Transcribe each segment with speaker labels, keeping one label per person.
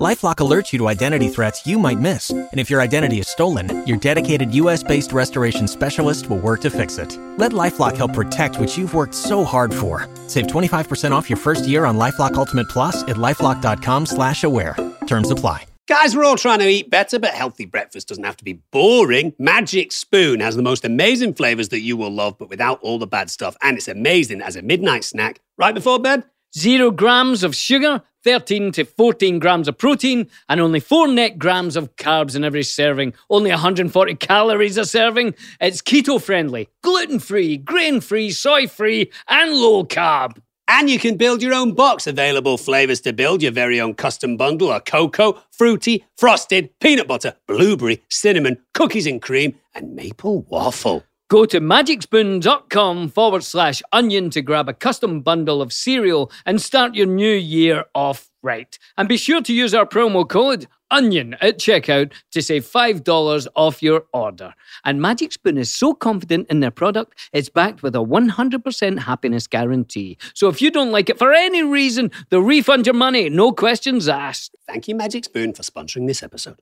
Speaker 1: Lifelock alerts you to identity threats you might miss. And if your identity is stolen, your dedicated US based restoration specialist will work to fix it. Let Lifelock help protect what you've worked so hard for. Save 25% off your first year on Lifelock Ultimate Plus at lifelock.com slash aware. Terms apply.
Speaker 2: Guys, we're all trying to eat better, but healthy breakfast doesn't have to be boring. Magic Spoon has the most amazing flavors that you will love, but without all the bad stuff. And it's amazing as a midnight snack right before bed.
Speaker 3: zero grams of sugar, 13 to 14 grams of protein, and only four net grams of carbs in every serving. Only 140 calories a serving. It's keto friendly, gluten free, grain free, soy free, and low carb.
Speaker 2: And you can build your own box. Available flavors to build your very own custom bundle are cocoa, fruity, frosted, peanut butter, blueberry, cinnamon, cookies and cream, and maple waffle.
Speaker 3: Go to magicspoon.com forward slash onion to grab a custom bundle of cereal and start your new year off right. And be sure to use our promo code ONION at checkout to save $5 off your order. And Magic Spoon is so confident in their product, it's backed with a 100% happiness guarantee. So if you don't like it for any reason, they'll refund your money, no questions asked.
Speaker 2: Thank you, Magic Spoon, for sponsoring this episode.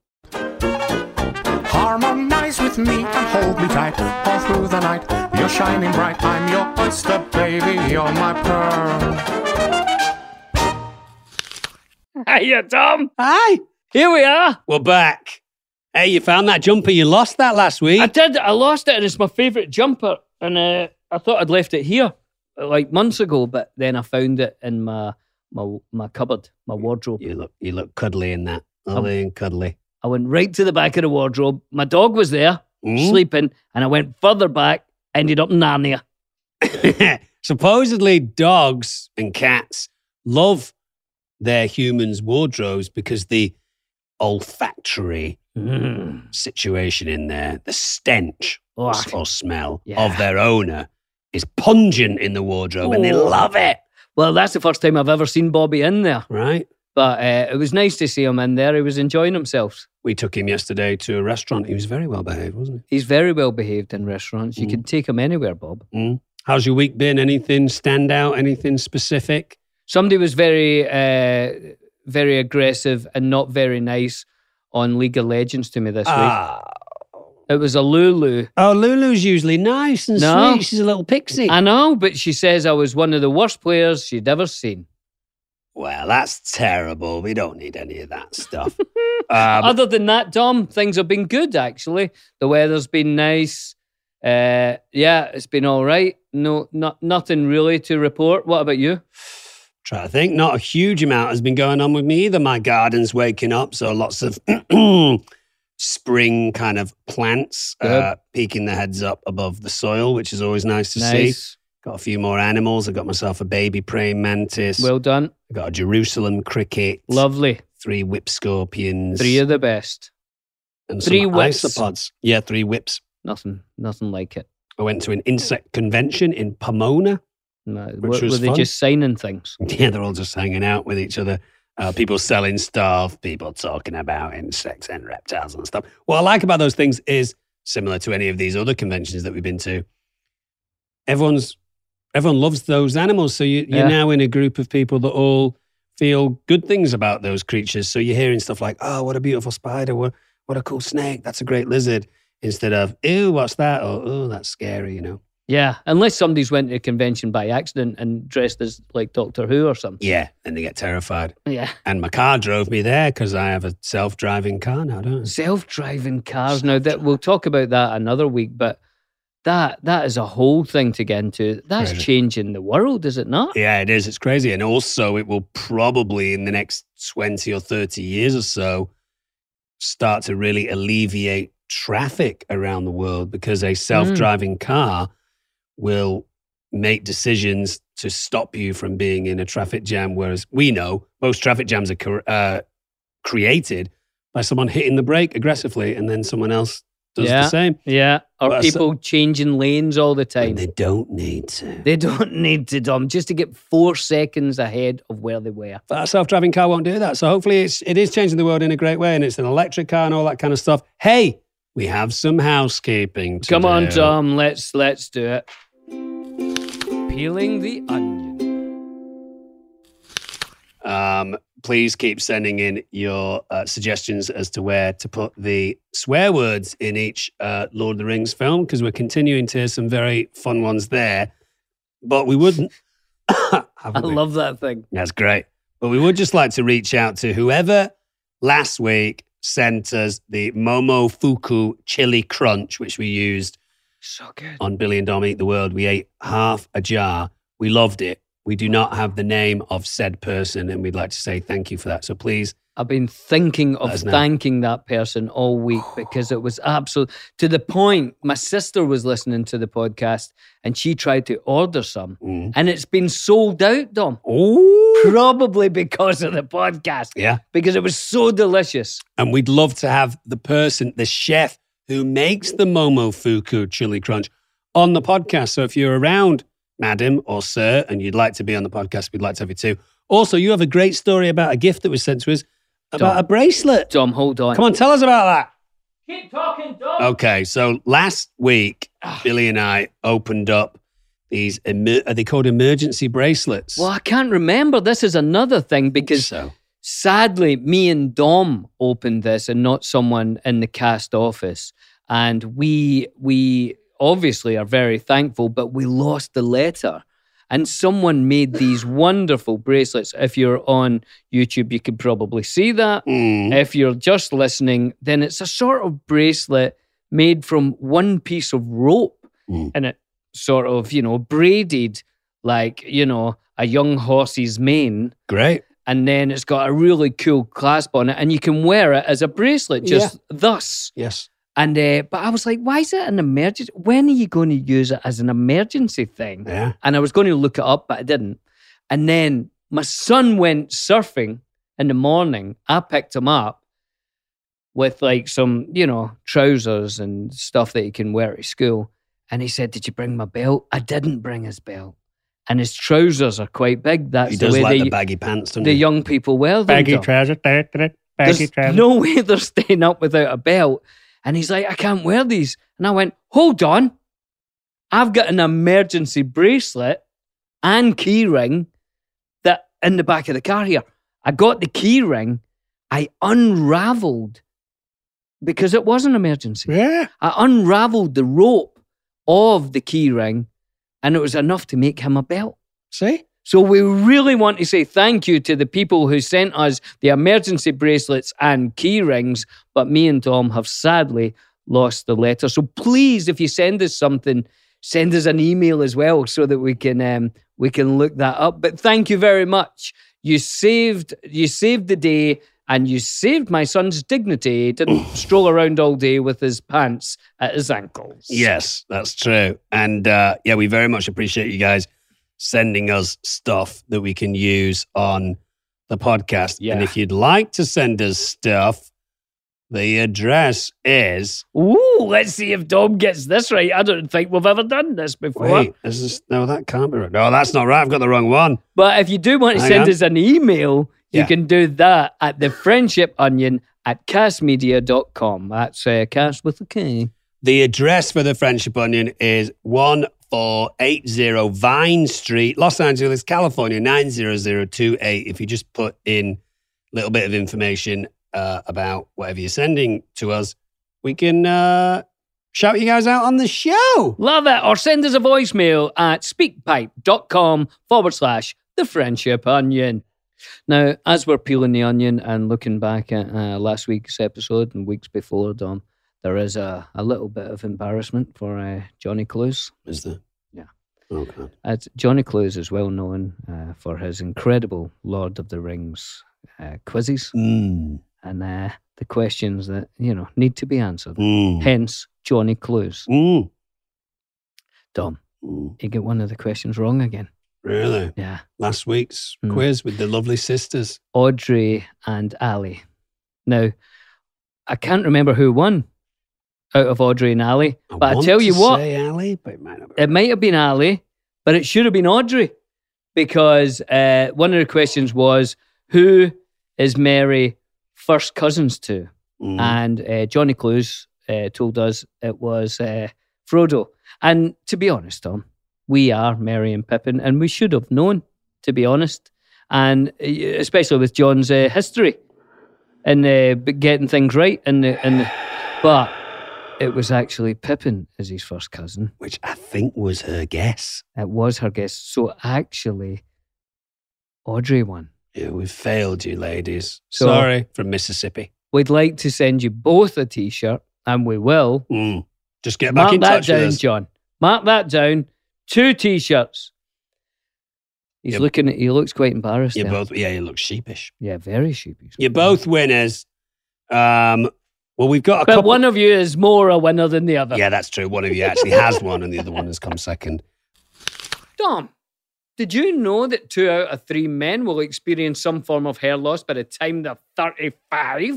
Speaker 4: Harmonize with me and hold me tight all through the night. You're shining bright. I'm your oyster, baby. You're my pearl.
Speaker 3: Hiya, Tom.
Speaker 2: Hi,
Speaker 3: Here we are.
Speaker 2: we're back. Hey, you found that jumper you lost that last week?
Speaker 3: I did. I lost it, and it's my favourite jumper. And uh, I thought I'd left it here uh, like months ago, but then I found it in my my my cupboard, my wardrobe.
Speaker 2: you look, you look cuddly in that.
Speaker 3: Um,
Speaker 2: Lovely and cuddly.
Speaker 3: I went right to the back of the wardrobe. My dog was there
Speaker 2: Mm.
Speaker 3: sleeping, and I went further back. Ended up in Narnia.
Speaker 2: Supposedly, dogs Mm. and cats love their humans' wardrobes because the olfactory
Speaker 3: Mm.
Speaker 2: situation in there, the stench
Speaker 3: Oh,
Speaker 2: s- or smell
Speaker 3: Yeah.
Speaker 2: of their owner is pungent in the wardrobe and they
Speaker 3: Oh.
Speaker 2: love it,
Speaker 3: well, that's the first time I've ever seen Bobby in there,
Speaker 2: right?
Speaker 3: but uh, it was nice to see him in there. He was enjoying himself.
Speaker 2: We took him yesterday to a restaurant. He was very well behaved, wasn't
Speaker 3: He's very well behaved in restaurants. You
Speaker 2: Mm.
Speaker 3: can take him anywhere, Bob.
Speaker 2: he? Mm. How's your week been? Anything stand out? Anything specific?
Speaker 3: somebody was very uh, very aggressive and not very nice on League of Legends to me this week.
Speaker 2: Ah.
Speaker 3: It was a Lulu.
Speaker 2: Oh, Lulu's usually nice and
Speaker 3: No.
Speaker 2: sweet. She's a little pixie.
Speaker 3: I know, but she says I was one of the worst players she'd ever seen.
Speaker 2: Well, that's terrible. We don't need any of that stuff. um,
Speaker 3: Other than that, Tom, things have been good actually. The weather's been nice. Uh, yeah, it's been all right. No, not nothing really to report. What about you?
Speaker 2: try to think. Not a huge amount has been going on with me either. My garden's waking up, so lots of spring kind of plants uh,
Speaker 3: Good.
Speaker 2: peeking their heads up above the soil, which is always nice to see.
Speaker 3: nice.
Speaker 2: Got a few more animals. I got myself a baby praying mantis.
Speaker 3: Well done.
Speaker 2: I got a Jerusalem cricket.
Speaker 3: Lovely.
Speaker 2: Three whip scorpions.
Speaker 3: Three of the best.
Speaker 2: and
Speaker 3: three
Speaker 2: some
Speaker 3: whips.
Speaker 2: isopods. Yeah, three whips.
Speaker 3: Nothing. Nothing like it.
Speaker 2: I went to an insect convention in Pomona.
Speaker 3: No,
Speaker 2: Which
Speaker 3: were,
Speaker 2: was
Speaker 3: were they
Speaker 2: fun.
Speaker 3: just signing things?
Speaker 2: Yeah, they're all just hanging out with each other. Uh, people selling stuff, people talking about insects and reptiles and stuff. What I like about those things is similar to any of these other conventions that we've been to. Everyone's everyone loves those animals, so you, you're
Speaker 3: Yeah.
Speaker 2: now in a group of people that all feel good things about those creatures. So you're hearing stuff like, "Oh, what a beautiful spider! What what a cool snake! That's a great lizard!" Instead of, "Ew, what's that?" or "Oh, that's scary," you know.
Speaker 3: Yeah, unless somebody's went to a convention by accident and dressed as like Doctor Who or something.
Speaker 2: Yeah, and they get terrified.
Speaker 3: Yeah.
Speaker 2: And my car drove me there because I have a self driving car now, don't I?
Speaker 3: Self-driving cars. Now that we'll talk about that another week, but that that is a whole thing to get into. That's
Speaker 2: Crazy.
Speaker 3: changing the world, is it not?
Speaker 2: Yeah, it is. It's crazy. And also, it will probably in the next 20 or 30 years or so start to really alleviate traffic around the world because a self driving car will make decisions to stop you from being in a traffic jam. Whereas we know most traffic jams are cor- uh, created by someone hitting the brake aggressively and then someone else does
Speaker 3: Yeah.
Speaker 2: the same.
Speaker 3: Yeah. Or
Speaker 2: Well, so-
Speaker 3: people changing lanes all the time.
Speaker 2: And they don't need to.
Speaker 3: They don't need to, Dom, just to get four seconds ahead of where they were.
Speaker 2: But that self-driving car won't do that. So hopefully it's it is changing the world in a great way and it's an electric car and all that kind of stuff. Hey, we have some housekeeping to
Speaker 3: Come on,
Speaker 2: do.
Speaker 3: Tom, let's let's do it. Peeling the onion.
Speaker 2: Um, please keep sending in your uh, suggestions as to where to put the swear words in each uh, Lord of the Rings film because we're continuing to hear some very fun ones there. But we wouldn't.
Speaker 3: I love that thing.
Speaker 2: That's great. But we would just like to reach out to whoever last week sent us the Momofuku chili crunch, which we used
Speaker 3: So good.
Speaker 2: on Billy and Dom Eat the World. We ate half a jar. We loved it. We do not have the name of said person, and we'd like to say thank you for that. So please,
Speaker 3: I've been thinking
Speaker 2: Let
Speaker 3: of
Speaker 2: us know.
Speaker 3: thanking that person all week because it was absolute to the point. My sister was listening to the podcast and she tried to order some,
Speaker 2: mm.
Speaker 3: and it's been sold out, Dom.
Speaker 2: Ooh.
Speaker 3: Probably because of the podcast,
Speaker 2: yeah.
Speaker 3: because it was so delicious.
Speaker 2: And we'd love to have the person, the chef who makes the Momofuku chili crunch on the podcast. So if you're around, madam or sir, and you'd like to be on the podcast, we'd like to have you too. Also, you have a great story about a gift that was sent to us about
Speaker 3: Dom.
Speaker 2: a bracelet.
Speaker 3: Dom, hold on.
Speaker 2: Come on, tell us about that.
Speaker 3: Keep talking, Ah. Dom.
Speaker 2: Okay, so last week, Billy and I opened up these, emer- are they called emergency bracelets?
Speaker 3: Well, I can't remember. This is another thing because
Speaker 2: So,
Speaker 3: sadly, me and Dom opened this and not someone in the cast office. And we we obviously are very thankful, but we lost the letter. And someone made these wonderful bracelets. If you're on YouTube, you could probably see that.
Speaker 2: mm,
Speaker 3: If you're just listening, then it's a sort of bracelet made from one piece of rope
Speaker 2: Mm.
Speaker 3: and it sort of, you know, braided like, you know, a young horse's mane.
Speaker 2: great.
Speaker 3: And then it's got a really cool clasp on it and you can wear it as a bracelet just thus.
Speaker 2: Yes.
Speaker 3: And, uh, but I was like, why is it an emergency? When are you going to use it as an emergency thing?
Speaker 2: Yeah.
Speaker 3: and I was going to look it up, but I didn't. And then my son went surfing in the morning. I picked him up with like some, you know, trousers and stuff that he can wear at school. And he said, Did you bring my belt? I didn't bring his belt. And his trousers are quite big. That's
Speaker 2: He
Speaker 3: the
Speaker 2: does
Speaker 3: way
Speaker 2: like
Speaker 3: they,
Speaker 2: the baggy pants, doesn't
Speaker 3: the
Speaker 2: he?
Speaker 3: young people wear them. Dom.
Speaker 2: trousers.
Speaker 3: There's no way they're staying up without a belt. And he's like, I can't wear these. And I went, hold on. I've got an emergency bracelet and key ring that in the back of the car here. I got the key ring. I unraveled because it was an emergency.
Speaker 2: Yeah.
Speaker 3: I unraveled the rope of the key ring and it was enough to make him a belt.
Speaker 2: See?
Speaker 3: So we really want to say thank you to the people who sent us the emergency bracelets and key rings, but me and Tom have sadly lost the letter. So please, if you send us something, send us an email as well so that we can um, we can look that up. But thank you very much. You saved you saved the day and you saved my son's dignity. He didn't stroll around all day with his pants at his ankles.
Speaker 2: Yes, that's true. And uh, yeah, we very much appreciate you guys sending us stuff that we can use on the podcast.
Speaker 3: Yeah.
Speaker 2: And if you'd like to send us stuff, the address is.
Speaker 3: Ooh, let's see if Dom gets this right. I don't think we've ever done this before.
Speaker 2: Wait, is this, no, that can't be right. No, that's not right. I've got the wrong one.
Speaker 3: But if you do want to
Speaker 2: Hang
Speaker 3: send
Speaker 2: on.
Speaker 3: us an email, you
Speaker 2: Yeah.
Speaker 3: can do that at the friendship onion at castmedia.com. That's uh, cast with a K.
Speaker 2: The address for the Friendship Onion is 1480 Vine Street, Los Angeles, California, 90028. If you just put in a little bit of information uh, about whatever you're sending to us, we can uh, shout you guys out on the show.
Speaker 3: Love it. Or send us a voicemail at speakpipe.com forward slash the friendship onion. Now, as we're peeling the onion and looking back at uh, last week's episode and weeks before, Dom, there is a, a little bit of embarrassment for uh, Johnny Clues.
Speaker 2: Is there?
Speaker 3: Yeah.
Speaker 2: Oh, God.
Speaker 3: As Johnny Clues is well known uh, for his incredible Lord of the Rings uh, quizzes
Speaker 2: Mm.
Speaker 3: and uh, the questions that you know need to be answered.
Speaker 2: Mm.
Speaker 3: Hence, Johnny Clues.
Speaker 2: Mm.
Speaker 3: Dom,
Speaker 2: Mm.
Speaker 3: you get one of the questions wrong again.
Speaker 2: Really?
Speaker 3: Yeah,
Speaker 2: Last week's
Speaker 3: Mm.
Speaker 2: quiz with the lovely sisters.
Speaker 3: Audrey and Ali. Now, I can't remember who won. out of Audrey and Ali. But I,
Speaker 2: want
Speaker 3: tell you
Speaker 2: to
Speaker 3: what, Uh,
Speaker 2: say Ali, but it might not be.
Speaker 3: it might have been Ali, but it should have been Audrey because uh, one of the questions was who is Mary first cousins to?
Speaker 2: Mm.
Speaker 3: and uh, Johnny Clues uh, told us it was uh, Frodo. And to be honest, Tom, we are Merry and Pippin, and we should have known, to be honest, and uh, especially with John's uh, history and uh, b- getting things right. And the, and the, but it was actually Pippin as his first cousin.
Speaker 2: which I think was her guess.
Speaker 3: It was her guess. So actually, Audrey won.
Speaker 2: Yeah, we failed you, ladies.
Speaker 3: So-
Speaker 2: Sorry, from Mississippi.
Speaker 3: We'd like to send you both a T-shirt, and we will.
Speaker 2: Mm. Just get back
Speaker 3: Mark
Speaker 2: in
Speaker 3: that
Speaker 2: touch
Speaker 3: down,
Speaker 2: with us.
Speaker 3: John. Mark that down. Two t-shirts. He's
Speaker 2: Yep.
Speaker 3: looking. At, he looks quite embarrassed.
Speaker 2: You
Speaker 3: there.
Speaker 2: both, yeah, you look sheepish.
Speaker 3: yeah, very sheepish.
Speaker 2: You're both winners. Um, well, we've got a
Speaker 3: But
Speaker 2: couple.
Speaker 3: one of you is more a winner than the other.
Speaker 2: yeah, that's true. One of you actually has one, and the other one has come second.
Speaker 3: Tom, did you know that two out of three men will experience some form of hair loss by the time they're thirty-five?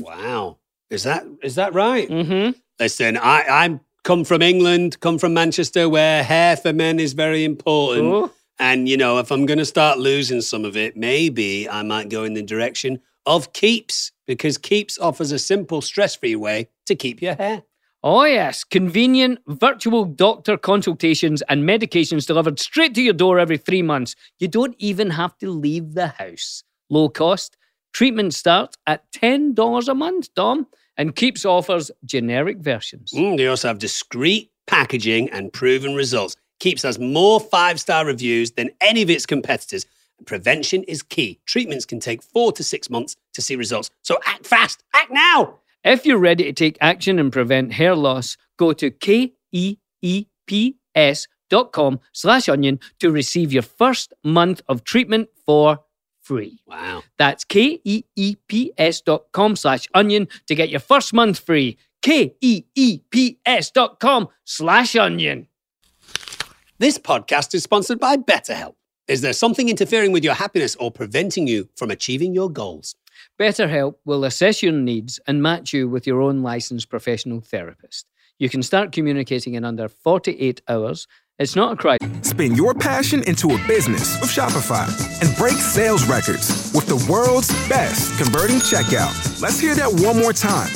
Speaker 2: Wow, is that is that right?
Speaker 3: Mm-hmm.
Speaker 2: Listen, I I'm come from England, come from Manchester, where hair for men is very important.
Speaker 3: Oh,
Speaker 2: And you know, if I'm going to start losing some of it, maybe I might go in the direction of Keeps because Keeps offers a simple, stress-free way to keep your hair.
Speaker 3: oh yes, convenient virtual doctor consultations and medications delivered straight to your door every three months. You don't even have to leave the house. Low cost. Treatment starts at $10 a month, Tom, and keeps offers generic versions.
Speaker 2: Mm, they also have discreet packaging and proven results. Keeps has more five-star reviews than any of its competitors. Prevention is key. Treatments can take four to six months to see results. So act fast, act now.
Speaker 3: If you're ready to take action and prevent hair loss, go to E K-E-E-P-S dot com slash onion to receive your first month of treatment for free.
Speaker 2: Wow.
Speaker 3: That's E K-E-E-P-S dot com slash onion to get your first month free. E K-E-E-P-S dot com slash onion.
Speaker 2: This podcast is sponsored by BetterHelp. Is there something interfering with your happiness or preventing you from achieving your goals?
Speaker 3: BetterHelp will assess your needs and match you with your own licensed professional therapist. You can start communicating in under 48 hours. It's not a crisis.
Speaker 5: Spin your passion into a business with Shopify and break sales records with the world's best converting checkout. Let's hear that one more time.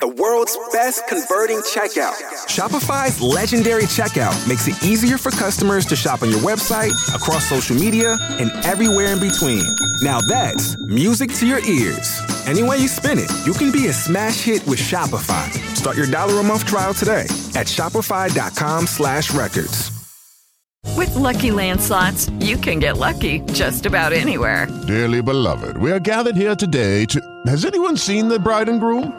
Speaker 5: The world's best converting checkout. Shopify's legendary checkout makes it easier for customers to shop on your website, across social media, and everywhere in between. Now that's music to your ears. Any way you spin it, you can be a smash hit with Shopify. Start your dollar a month trial today at shopify.com slash records.
Speaker 6: With Lucky Land slots, you can get lucky just about anywhere.
Speaker 7: Dearly beloved, we are gathered here today to. Has anyone seen the bride and groom?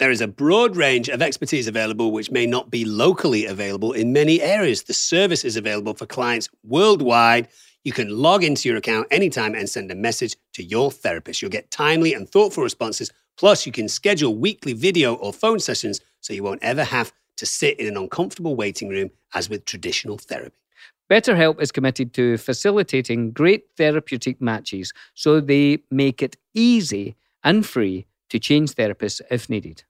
Speaker 2: There is a broad range of expertise available which may not be locally available in many areas. The service is available for clients worldwide. You can log into your account anytime and send a message to your therapist. You'll get timely and thoughtful responses. Plus, you can schedule weekly video or phone sessions so you won't ever have to sit in an uncomfortable waiting room as with traditional therapy.
Speaker 3: BetterHelp is committed to facilitating great therapeutic matches so they make it easy and free to change therapists if needed.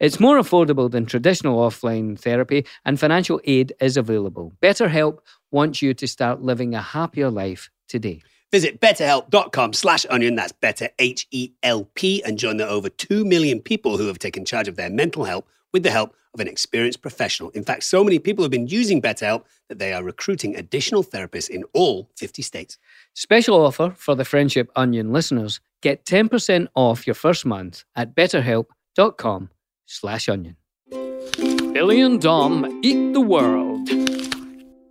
Speaker 3: It's more affordable than traditional offline therapy, and financial aid is available. BetterHelp wants you to start living a happier life today.
Speaker 2: Visit betterhelp.com slash onion, that's better H E L P, and join the over 2 million people who have taken charge of their mental health with the help of an experienced professional. In fact, so many people have been using BetterHelp that they are recruiting additional therapists in all 50 states.
Speaker 3: Special offer for the Friendship Onion listeners. Get 10% off your first month at betterhelp.com slash onion. Billy and Dom eat the world.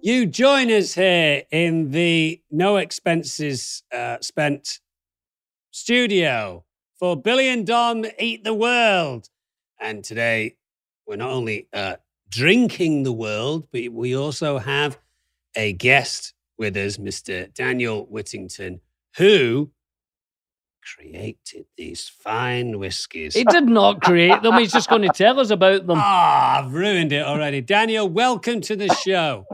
Speaker 2: You join us here in the No Expenses uh, Spent studio for Billy and Dom Eat the World. And today, we're not only uh, drinking the world, but we also have a guest with us, Mr. Daniel Whittington, who created these fine whiskies.
Speaker 3: He did not create them. He's just going to tell us about them.
Speaker 2: Ah, I've ruined it already. Daniel, welcome to the show.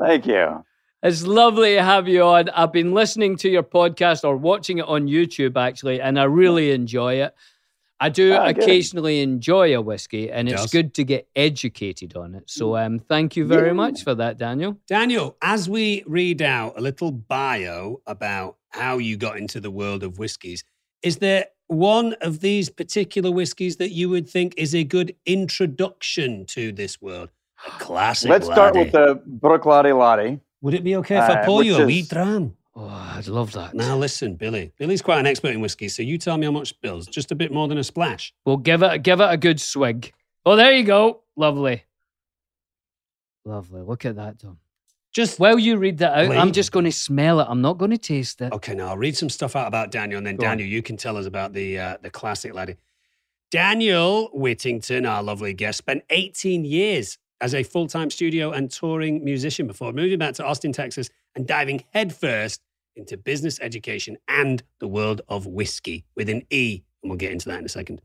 Speaker 8: Thank you.
Speaker 3: It's lovely to have you on. I've been listening to your podcast or watching it on YouTube, actually, and I really enjoy it. I do
Speaker 8: Ah, good.
Speaker 3: occasionally enjoy a whiskey, and it's
Speaker 2: Yes.
Speaker 3: good to get educated on it. So, um, thank you very much for that, Daniel.
Speaker 2: Daniel, as we read out a little bio about how you got into the world of whiskies, is there one of these particular whiskies that you would think is a good introduction to this world? A classic.
Speaker 8: Let's start
Speaker 2: laddie.
Speaker 8: with the Brook Lottie Lottie.
Speaker 2: Would it be okay if I
Speaker 8: uh,
Speaker 2: pour you
Speaker 8: which
Speaker 2: a
Speaker 8: is-
Speaker 2: wee dram?
Speaker 3: Oh, I'd love that.
Speaker 2: Now listen, Billy. Billy's quite an expert in whiskey, so you tell me how much spills. Just a bit more than a splash.
Speaker 3: We'll give it give it a good swig. Oh, there you go. Lovely. Lovely. Look at that, Tom.
Speaker 2: Just
Speaker 3: While you read that out, I'm
Speaker 2: Wait.
Speaker 3: just going to smell it. I'm not going to taste it.
Speaker 2: Okay, now I'll read some stuff out about Daniel, and then
Speaker 3: Go on.
Speaker 2: Daniel, you can tell us about the uh, the classic laddie. Daniel Whittington, our lovely guest, spent 18 years as a full time studio and touring musician before moving back to Austin, Texas, and diving headfirst into business education and the world of whiskey with an E. And we'll get into that in a second.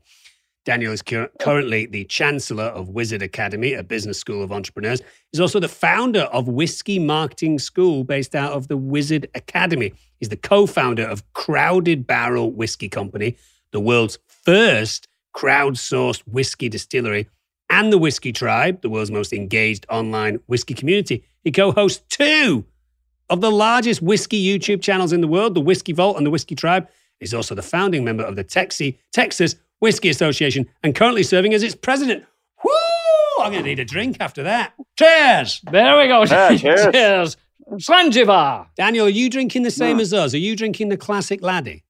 Speaker 2: Daniel is cur- currently the Chancellor of Wizard Academy, a business school of entrepreneurs. He's also the founder of Whiskey Marketing School, based out of the Wizard Academy. He's the co founder of Crowded Barrel Whiskey Company, the world's first crowdsourced whiskey distillery, and the Whiskey Tribe, the world's most engaged online whiskey community. He co hosts two of the largest whiskey YouTube channels in the world, the Whiskey Vault and the Whiskey Tribe. He's also the founding member of the Texi, Texas Whiskey Association and currently serving as its president. Woo! I'm going to need a drink after that. Cheers!
Speaker 3: There we go.
Speaker 8: Yeah, Ah, cheers.
Speaker 3: cheers. Sanjivar.
Speaker 2: Daniel, are you drinking the same
Speaker 8: No.
Speaker 2: as us? Are you drinking the classic laddie?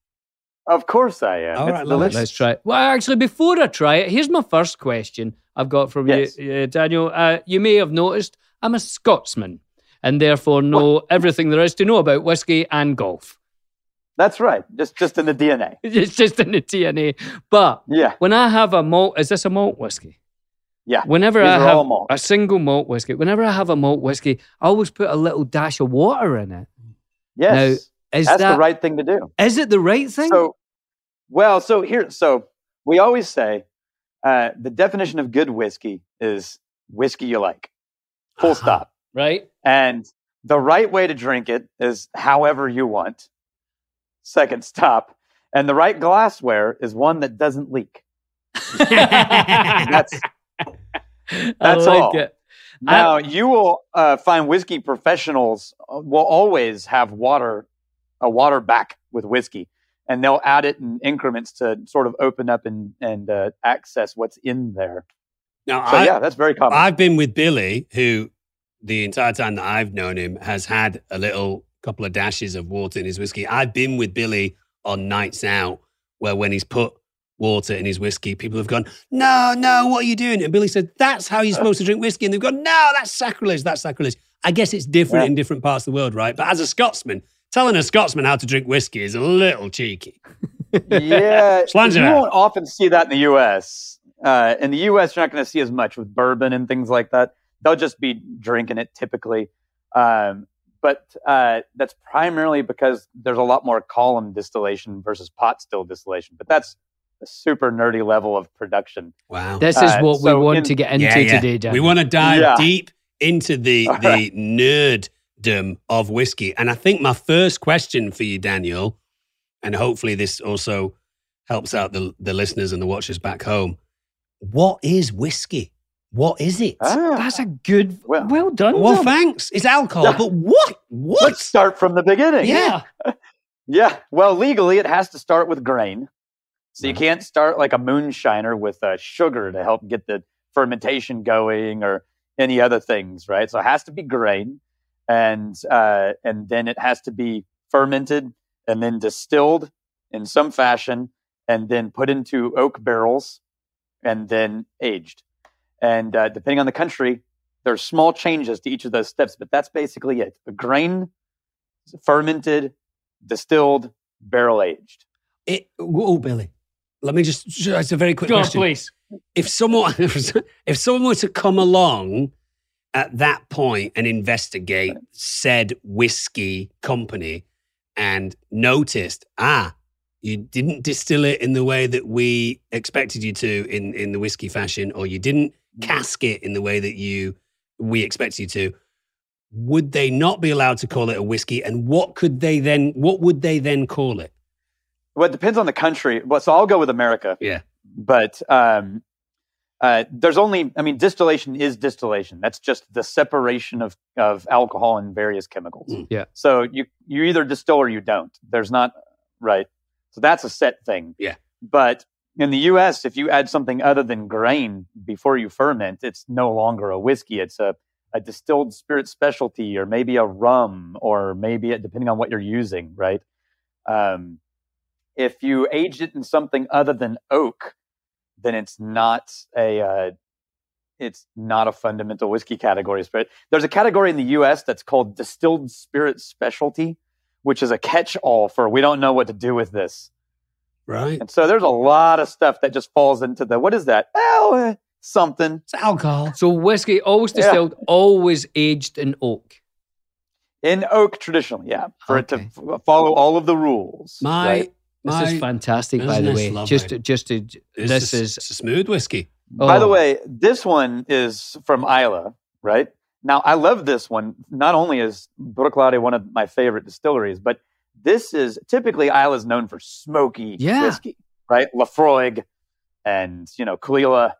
Speaker 8: Of course I am.
Speaker 2: All
Speaker 8: It's
Speaker 2: right,
Speaker 8: delicious.
Speaker 3: Let's try it. Well, actually, before I try it, here's my first question I've got from
Speaker 8: Yes.
Speaker 3: you, uh, Daniel. Uh, you may have noticed I'm a Scotsman and therefore know everything there is to know about whiskey and golf.
Speaker 8: That's right. Just just in the DNA.
Speaker 3: It's just in the DNA. But
Speaker 8: Yeah.
Speaker 3: when I have a malt, is this a malt whiskey?
Speaker 8: Yeah.
Speaker 3: Whenever
Speaker 8: These
Speaker 3: I
Speaker 8: are all
Speaker 3: have
Speaker 8: malt.
Speaker 3: a single malt whiskey, whenever I have a malt whiskey, I always put a little dash of water in it.
Speaker 8: Yes.
Speaker 3: Is
Speaker 8: that's
Speaker 3: that
Speaker 8: the right thing to do.
Speaker 3: is it the right thing?
Speaker 8: So, well, Oh, so here, so we always say uh, the definition of good whiskey is whiskey you like, full
Speaker 2: Uh-huh.
Speaker 8: stop.
Speaker 3: right?
Speaker 8: And the right way to drink it is however you want, second stop. And the right glassware is one that doesn't leak. That's
Speaker 3: I
Speaker 8: That's
Speaker 3: like
Speaker 8: all.
Speaker 3: it. I-
Speaker 8: Now you will uh, find whiskey professionals uh, will always have water, a water back with whiskey, and they'll add it in increments to sort of open up and and uh, access what's in there.
Speaker 2: Now,
Speaker 8: So
Speaker 2: I,
Speaker 8: yeah, that's very common.
Speaker 2: I've been with Billy, who the entire time that I've known him has had a little couple of dashes of water in his whiskey. I've been with Billy on nights out where when he's put water in his whiskey, people have gone, No, no, what are you doing? And Billy said, That's how you're supposed to drink whiskey. And they've gone, No, that's sacrilege, that's sacrilege. I guess it's different
Speaker 8: Yeah.
Speaker 2: in different parts of the world, right? But as a Scotsman, telling a Scotsman how to drink whiskey is a little cheeky.
Speaker 8: yeah,
Speaker 2: Slange
Speaker 8: you
Speaker 2: it out.
Speaker 8: won't often see that in the U.S. Uh, in the U.S., you're not going to see as much with bourbon and things like that. They'll just be drinking it typically, um, but uh, that's primarily because there's a lot more column distillation versus pot still distillation. But that's a super nerdy level of production.
Speaker 2: Wow.
Speaker 3: This is
Speaker 8: Uh,
Speaker 3: what
Speaker 8: so
Speaker 3: we want
Speaker 8: in-
Speaker 3: to get into
Speaker 2: Yeah, yeah.
Speaker 3: today, Dan.
Speaker 2: We want to dive
Speaker 8: Yeah.
Speaker 2: deep into the
Speaker 8: All
Speaker 2: the nerddom of whiskey. And I think my first question for you, Daniel, and hopefully this also helps out the, the listeners and the watchers back home. What is whiskey? What is it?
Speaker 8: Ah,
Speaker 3: That's a good. Well,
Speaker 8: Well-
Speaker 3: done.
Speaker 2: well,
Speaker 3: Tom.
Speaker 2: thanks. It's alcohol,
Speaker 8: Yeah.
Speaker 2: but what? What?
Speaker 8: let's start from the beginning.
Speaker 3: yeah.
Speaker 8: Yeah. Well, legally, it has to start with grain. So you
Speaker 2: Right.
Speaker 8: can't start like a moonshiner with uh, sugar to help get the fermentation going or any other things, right? So it has to be grain, and uh, and then it has to be fermented and then distilled in some fashion, and then put into oak barrels, and then aged. And uh, depending on the country, there's small changes to each of those steps, but that's basically it: the grain, fermented, distilled, barrel aged.
Speaker 2: It, oh, Billy. Let me just. It's a very quick
Speaker 3: Go on,
Speaker 2: question.
Speaker 3: please.
Speaker 2: If someone, if someone were to come along at that point and investigate said whiskey company and noticed, ah, you didn't distill it in the way that we expected you to in in the whiskey fashion, or you didn't cask it in the way that you we expected you to. Would they not be allowed to call it a whiskey? And what could they then? What would they then call it?
Speaker 8: Well, it depends on the country. Well, so I'll go with America.
Speaker 2: Yeah.
Speaker 8: But um, uh, there's only, I mean, distillation is distillation. That's just the separation of, of alcohol and various chemicals.
Speaker 2: Mm.
Speaker 3: Yeah.
Speaker 8: So you, you either distill or you don't. There's not, right. So that's a set thing.
Speaker 2: Yeah.
Speaker 8: But in the US, if you add something other than grain before you ferment, it's no longer a whiskey. It's a, a distilled spirit specialty or maybe a rum or maybe it, depending on what you're using, right? Um, if you aged it in something other than oak, then it's not a uh, it's not a fundamental whiskey category. But there's a category in the U.S. that's called distilled spirit specialty, which is a catch-all for we don't know what to do with this.
Speaker 2: Right.
Speaker 8: And so there's a lot of stuff that just falls into the what is that? Oh, eh, something.
Speaker 2: It's alcohol.
Speaker 3: So whiskey always
Speaker 8: Yeah.
Speaker 3: distilled, always aged in oak.
Speaker 8: In oak traditionally, yeah, for
Speaker 3: Okay.
Speaker 8: it to f- follow all of the rules.
Speaker 2: My
Speaker 8: right?
Speaker 2: my.
Speaker 3: this is fantastic, by the
Speaker 2: Isn't this
Speaker 3: way.
Speaker 2: lovely?
Speaker 3: Just, just to,
Speaker 2: it's
Speaker 3: this
Speaker 2: a-
Speaker 3: is.
Speaker 2: it's a smooth whiskey.
Speaker 8: By the
Speaker 3: oh,
Speaker 8: way, this one is from Isla, right? Now, I love this one. Not only is Bruichladdich one of my favorite distilleries, but this is typically Isla is known for smoky
Speaker 3: Yeah.
Speaker 8: whiskey, right? Lafroig and, you know, Kalila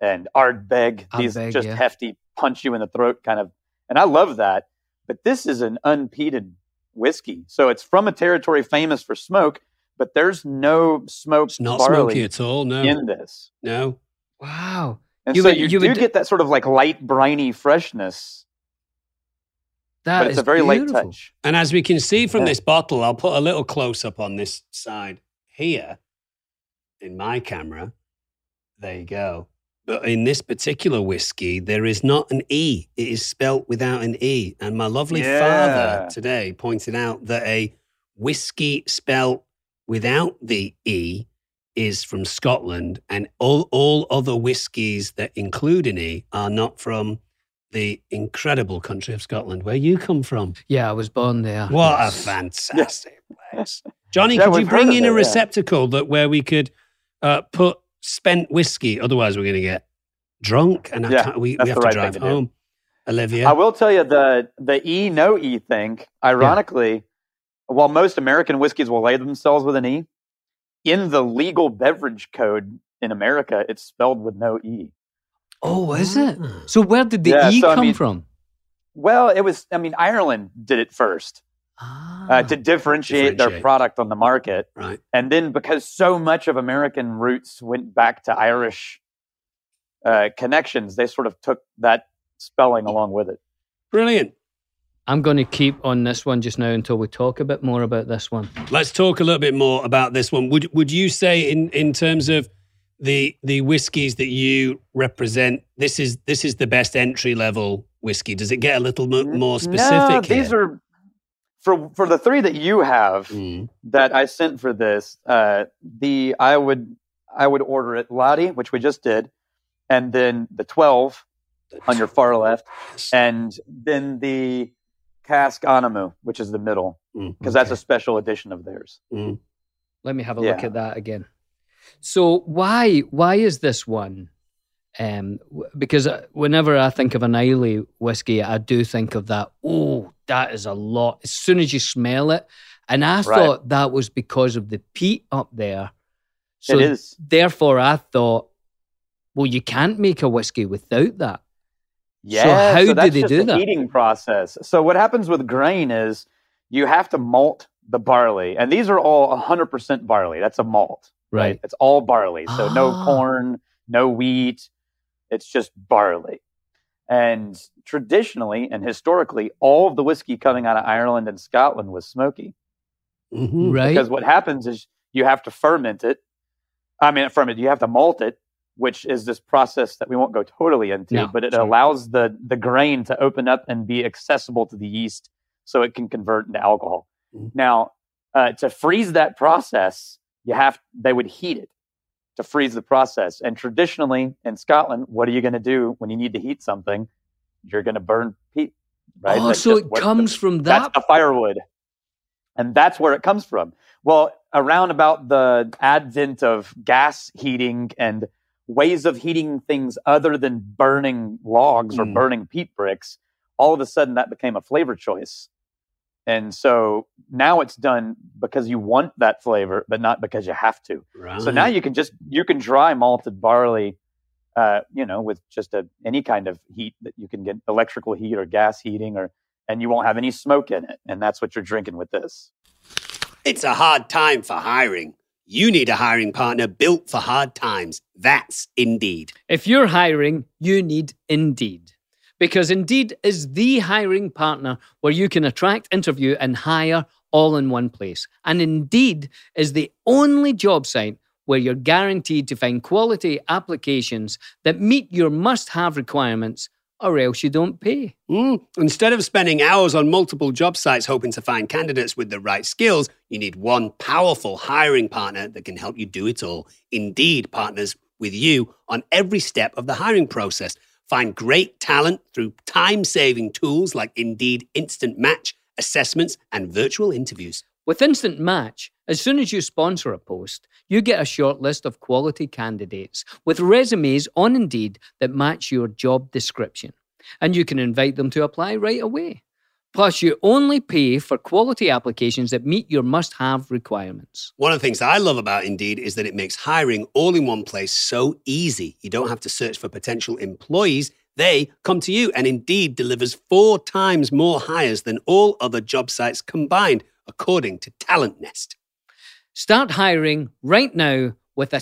Speaker 8: and Ardbeg. These
Speaker 3: Ardbeg,
Speaker 8: just
Speaker 3: yeah.
Speaker 8: hefty, punch you in the throat kind of. And I love that. But this is an unpeated whiskey. So it's from a territory famous for smoke, but there's no smoked
Speaker 2: It's not
Speaker 8: barley
Speaker 2: smoky at all. No,
Speaker 8: in this.
Speaker 2: no.
Speaker 3: Wow.
Speaker 8: And
Speaker 3: You
Speaker 8: so
Speaker 3: would-
Speaker 8: you,
Speaker 3: you
Speaker 8: do
Speaker 3: would-
Speaker 8: get that sort of like light briny freshness,
Speaker 3: that
Speaker 8: but it's
Speaker 3: is
Speaker 8: a very light
Speaker 3: beautiful.
Speaker 8: touch.
Speaker 2: And as we can see from
Speaker 8: Yeah.
Speaker 2: this bottle, I'll put a little close up on this side here in my camera. There you go. But in this particular whiskey, there is not an E. It is spelt without an E. And my lovely
Speaker 8: Yeah.
Speaker 2: father today pointed out that a whiskey spelt without the E is from Scotland, and all, all other whiskies that include an E are not from the incredible country of Scotland, where you come from.
Speaker 3: Yeah, I was born there.
Speaker 2: What
Speaker 3: Yes.
Speaker 2: a fantastic place. Johnny,
Speaker 8: Yeah,
Speaker 2: could you
Speaker 8: we've heard
Speaker 2: bring
Speaker 8: of
Speaker 2: in
Speaker 8: it,
Speaker 2: a
Speaker 8: yeah.
Speaker 2: receptacle that where we could uh, put spent whiskey? Otherwise, we're going to get drunk and I
Speaker 8: Yeah,
Speaker 2: can't- we, we
Speaker 8: that's
Speaker 2: have
Speaker 8: the
Speaker 2: to
Speaker 8: right
Speaker 2: drive
Speaker 8: thing to do.
Speaker 2: home. Olivia.
Speaker 8: I will tell you the the E no E thing. Ironically, while most American whiskeys will lay themselves with an E, in the legal beverage code in America, it's spelled with no E.
Speaker 3: Oh, is it?
Speaker 2: Hmm.
Speaker 3: So where did the
Speaker 8: Yeah,
Speaker 3: E
Speaker 8: so, I
Speaker 3: come
Speaker 8: mean-
Speaker 3: from?
Speaker 8: Well, it was. I mean, Ireland did it first
Speaker 3: Ah.
Speaker 8: uh, to differentiate their
Speaker 2: Differentiate.
Speaker 8: product on the market,
Speaker 2: Right.
Speaker 8: and then because so much of American roots went back to Irish uh, connections, they sort of took that spelling along with it.
Speaker 2: Brilliant.
Speaker 3: I'm going to keep on this one just now until we talk a bit more about this one.
Speaker 2: Let's talk a little bit more about this one. Would would you say in in terms of the the whiskies that you represent, this is this is the best entry level whiskey? Does it get a little mo- more
Speaker 8: Mm, No,
Speaker 2: specific?
Speaker 8: these are for for the three that you have
Speaker 3: Hmm.
Speaker 8: that I sent for this. Uh, the I would I would order it Lottie, which we just did, and then the twelve on your far left, and then the cask Anamu, which is the middle,
Speaker 3: Hmm,
Speaker 8: because that's a special edition of theirs.
Speaker 3: Let me have a look
Speaker 8: Yeah.
Speaker 3: at that again. So why why is this one? Um, w- because uh, whenever I think of an Islay whiskey, I do think of that. Oh, that is a lot. As soon as you smell it, and I thought that was because of the peat up there. So
Speaker 8: it is.
Speaker 3: therefore, I thought, well, you can't make a whiskey without that.
Speaker 8: Yeah.
Speaker 3: how do
Speaker 8: that's
Speaker 3: they
Speaker 8: just
Speaker 3: do
Speaker 8: the
Speaker 3: that?
Speaker 8: Heating process. So what happens with grain is you have to malt the barley, and these are all 100% barley. That's a malt,
Speaker 3: Right.
Speaker 8: It's all barley. So
Speaker 3: Ah.
Speaker 8: no corn, no wheat. It's just barley. And traditionally and historically, all of the whiskey coming out of Ireland and Scotland was smoky
Speaker 2: Mhm.
Speaker 3: Right.
Speaker 8: because what happens is you have to ferment it. I mean, ferment. You have to malt it, which is this process that we won't go totally into,
Speaker 3: No,
Speaker 8: but it
Speaker 3: sorry.
Speaker 8: allows the the grain to open up and be accessible to the yeast, so it can convert into alcohol.
Speaker 3: Mm-hmm.
Speaker 2: Mm.
Speaker 8: Now, uh, to freeze that process, you have they would heat it. to freeze the process. And traditionally in Scotland, what are you going to do when you need to heat something? You're going to burn peat, right?
Speaker 3: Oh,
Speaker 8: That's
Speaker 3: so
Speaker 8: just
Speaker 3: it
Speaker 8: what-
Speaker 3: comes from that.
Speaker 8: That's the firewood. And that's where it comes from. Well, around about the advent of gas heating and ways of heating things other than burning logs or
Speaker 2: Mm.
Speaker 8: burning peat bricks, all of a sudden that became a flavor choice. And so now it's done because you want that flavor, but not because you have to.
Speaker 2: Right.
Speaker 8: So now you can just you can dry malted barley, uh, you know, with just a, any kind of heat that you can get electrical heat or gas heating, or and you won't have any smoke in it, and that's what you're drinking with this.
Speaker 2: It's a hard time for hiring. You need a hiring partner built for hard times. That's Indeed.
Speaker 3: If you're hiring, you need Indeed. Because Indeed is the hiring partner where you can attract, interview, and hire all in one place. And Indeed is the only job site where you're guaranteed to find quality applications that meet your must have requirements, or else you don't pay.
Speaker 2: Mm. Instead of spending hours on multiple job sites hoping to find candidates with the right skills, you need one powerful hiring partner that can help you do it all. Indeed partners with you on every step of the hiring process. Find great talent through time saving tools like Indeed Instant Match, assessments, and virtual interviews.
Speaker 3: With Instant Match, as soon as you sponsor a post, you get a short list of quality candidates with resumes on Indeed that match your job description, and you can invite them to apply right away. Plus, you only pay for quality applications that meet your must have requirements.
Speaker 2: One of the things I love about Indeed is that it makes hiring all in one place so easy. You don't have to search for potential employees. They come to you, and Indeed delivers four times more hires than all other job sites combined, according to Talent Nest.
Speaker 3: Start hiring right now with a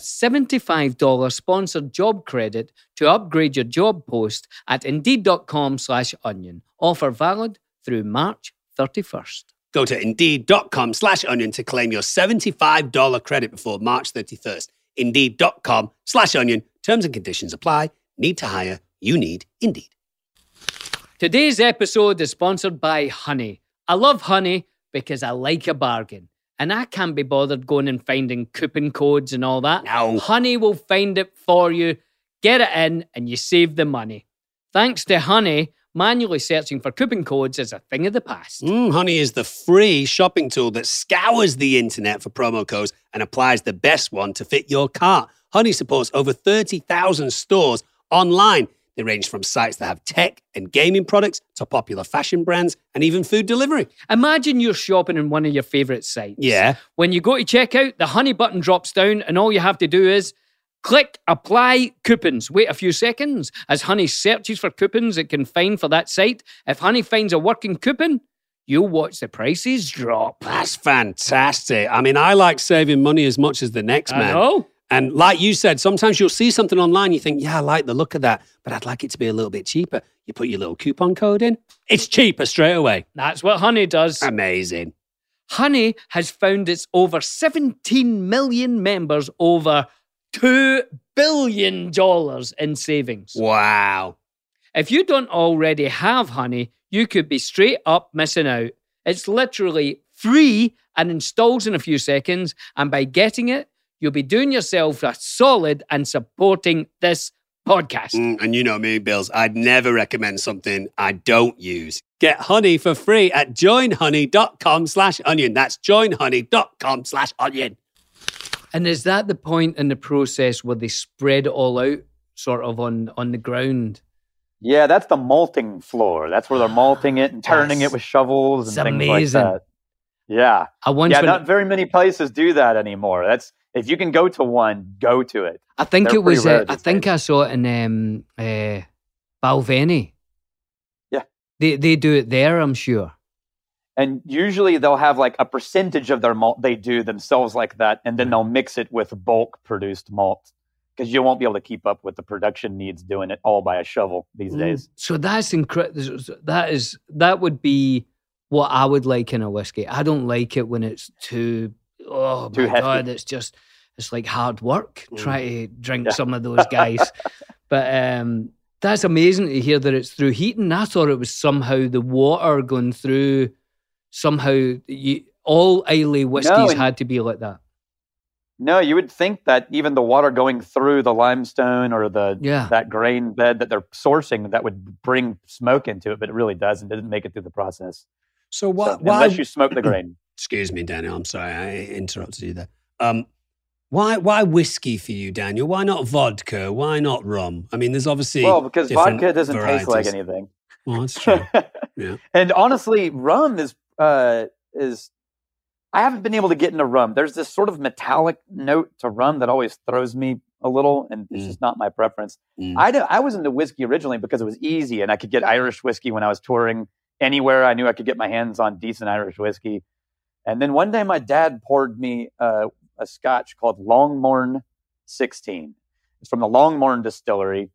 Speaker 3: $75 sponsored job credit to upgrade your job post at indeed.com slash onion. Offer valid through March 31st.
Speaker 2: Go to Indeed.com slash onion to claim your $75 credit before March 31st. Indeed.com slash onion. Terms and conditions apply. Need to hire. You need Indeed.
Speaker 3: Today's episode is sponsored by Honey. I love Honey because I like a bargain. And I can't be bothered going and finding coupon codes and all that.
Speaker 2: No.
Speaker 3: Honey will find it for you. Get it in and you save the money. Thanks to Honey, manually searching for coupon codes is a thing of the past.
Speaker 2: Mm, Honey is the free shopping tool that scours the internet for promo codes and applies the best one to fit your cart. Honey supports over 30,000 stores online. They range from sites that have tech and gaming products to popular fashion brands and even food delivery.
Speaker 3: Imagine you're shopping in one of your favorite sites.
Speaker 2: Yeah.
Speaker 3: When you go to checkout, the honey button drops down, and all you have to do is click apply coupons. Wait a few seconds. As honey searches for coupons it can find for that site, if honey finds a working coupon, you'll watch the prices drop.
Speaker 2: That's fantastic. I mean, I like saving money as much as the next
Speaker 3: I
Speaker 2: man.
Speaker 3: know.
Speaker 2: And like you said, sometimes you'll see something online, you think, yeah, I like the look of that, but I'd like it to be a little bit cheaper. You put your little coupon code in, it's cheaper straight away.
Speaker 3: That's what honey does.
Speaker 2: Um, Amazing.
Speaker 3: honey has found its over 17 million members over $2 billion in savings.
Speaker 2: Wow.
Speaker 3: If you don't already have Honey, you could be straight up missing out. It's literally free and installs in a few seconds. And by getting it, you'll be doing yourself a solid and supporting this podcast.
Speaker 2: Mm, and you know me, Bills. I'd never recommend something I don't use. Get Honey for free at joinhoney.com slash onion. That's joinhoney.com slash onion.
Speaker 3: And is that the point in the process where they spread it all out, sort of on, on the ground?
Speaker 8: Yeah, that's the malting floor. That's where they're malting it and turning
Speaker 3: Yes.
Speaker 8: it with shovels and
Speaker 3: It's
Speaker 8: things
Speaker 3: amazing.
Speaker 8: like that. Yeah,
Speaker 3: I once
Speaker 8: yeah.
Speaker 3: when-
Speaker 8: Not very many places do that anymore. That's if you can go to one, go to it.
Speaker 3: I think
Speaker 8: they're
Speaker 3: it was
Speaker 8: pretty rare
Speaker 3: uh, I
Speaker 8: these
Speaker 3: think
Speaker 8: days.
Speaker 3: I saw it in um uh Balvenie.
Speaker 8: Yeah.
Speaker 3: They they do it there, I'm sure.
Speaker 8: and usually they'll have like a percentage of their malt they do themselves like that and
Speaker 2: Mm.
Speaker 8: then they'll mix it with bulk produced malt because you won't be able to keep up with the production needs doing it all by a shovel these
Speaker 2: Mm.
Speaker 8: days
Speaker 3: So that's incredible. That is that would be what I would like in a whiskey. I don't like it when it's too. Oh
Speaker 8: Too
Speaker 3: my
Speaker 8: hefty.
Speaker 3: god, it's just it's like hard work.
Speaker 2: Mm.
Speaker 3: Try to drink
Speaker 8: Yeah.
Speaker 3: some of those guys, but um, that's amazing to hear that it's through heating. I thought it was somehow the water going through. Somehow, you, all Islay whiskies
Speaker 8: and-
Speaker 3: had to be like that.
Speaker 8: No, you would think that even the water going through the limestone or the
Speaker 3: Yeah.
Speaker 8: that grain bed that they're sourcing that would bring smoke into it, but it really doesn't. It doesn't make it through the process.
Speaker 2: So
Speaker 8: So,
Speaker 2: why? why
Speaker 8: unless you smoke the grain.
Speaker 2: excuse me, Daniel. I'm sorry, I interrupted you there. Um, why? Why whiskey for you, Daniel? Why not vodka? Why not rum? I mean, there's obviously
Speaker 8: Well, because
Speaker 2: different
Speaker 8: vodka doesn't taste like
Speaker 2: varieties.
Speaker 8: anything.
Speaker 2: Well, that's true. yeah.
Speaker 8: And honestly, rum is uh, is I haven't been able to get into rum. There's this sort of metallic note to rum that always throws me a little, and it's
Speaker 2: Mm.
Speaker 8: just not my preference.
Speaker 2: Mm.
Speaker 8: I don't- I was into whiskey originally because it was easy, and I could get Irish whiskey when I was touring anywhere. I knew I could get my hands on decent Irish whiskey. And then one day, my dad poured me uh, a Scotch called Longmorn 16. It's from the Longmorn Distillery,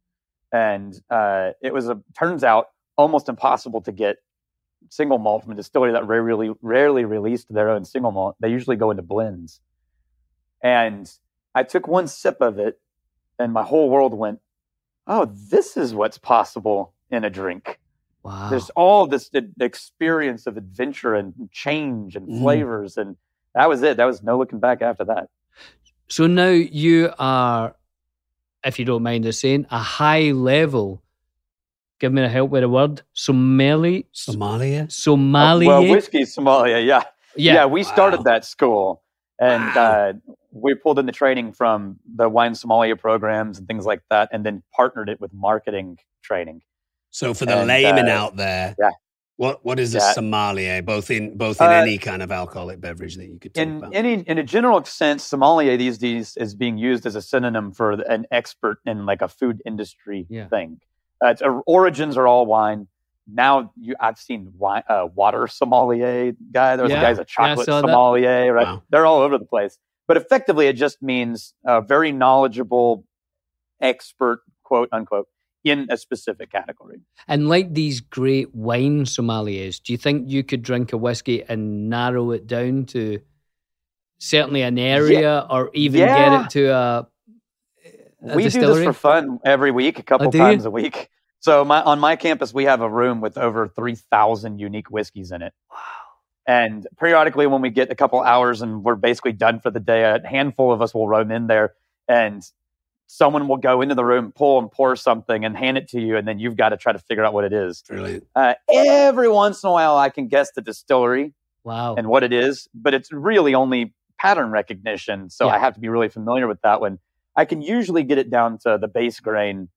Speaker 8: and uh, it was a turns out almost impossible to get single malt from a distillery that rarely rarely released their own single malt. They usually go into blends. And I took one sip of it, and my whole world went, "Oh, this is what's possible in a drink."
Speaker 3: Wow.
Speaker 8: There's all this the the experience of adventure and change and
Speaker 2: Mhm.
Speaker 8: flavors, and that was it. That was no looking back after that.
Speaker 3: So now you are, if you don't mind us saying, a high level. Give me a help with a word. Somali,
Speaker 2: Somalia.
Speaker 3: Somali.
Speaker 8: well, whiskey Somalia, yeah. Yeah, we
Speaker 2: Wow.
Speaker 8: started that school, and
Speaker 2: Wow.
Speaker 8: uh, we pulled in the training from the Wine Somalia programs and things like that, and then partnered it with marketing training.
Speaker 2: So for the
Speaker 8: And,
Speaker 2: layman
Speaker 8: uh,
Speaker 2: out there,
Speaker 8: yeah.
Speaker 2: what what is a
Speaker 8: Yeah.
Speaker 2: sommelier? Both in both in
Speaker 8: Uh,
Speaker 2: any kind of alcoholic beverage that you could talk
Speaker 8: In
Speaker 2: about.
Speaker 8: any in a general sense, sommelier these days is being used as a synonym for an expert in like a food industry
Speaker 3: Yeah.
Speaker 8: thing. Uh, its or- origins are all wine. Now you, I've seen wine, uh, water sommelier guy. There's
Speaker 3: Yeah.
Speaker 8: a guy's
Speaker 3: Yeah,
Speaker 8: a
Speaker 3: I
Speaker 8: chocolate
Speaker 3: saw that.
Speaker 8: sommelier, right?
Speaker 2: Wow.
Speaker 8: They're all over the place. But effectively, it just means a very knowledgeable expert, quote unquote, in a specific category.
Speaker 3: And like these great wine sommeliers, do you think you could drink a whiskey and narrow it down to certainly an area or even get
Speaker 8: Yeah.
Speaker 3: it to a, a
Speaker 8: we
Speaker 3: distillery? Oh,
Speaker 8: do this for fun every week, a couple
Speaker 3: do you?
Speaker 8: times a week. So my on my campus, we have a room with over three thousand unique whiskeys in it. Wow! And periodically, when we get a couple hours and we're basically done for the day, a handful of us will roam in there, and someone will go into the room, pull and pour something, and hand it to you, and then you've got to try to figure out what it is.
Speaker 2: Brilliant.
Speaker 8: Uh, every once in a while, I can guess the distillery
Speaker 3: Wow.
Speaker 8: and what it is, but it's really only pattern recognition. So
Speaker 3: Yeah.
Speaker 8: I have to be really familiar with that one. I can usually get it down to the base grain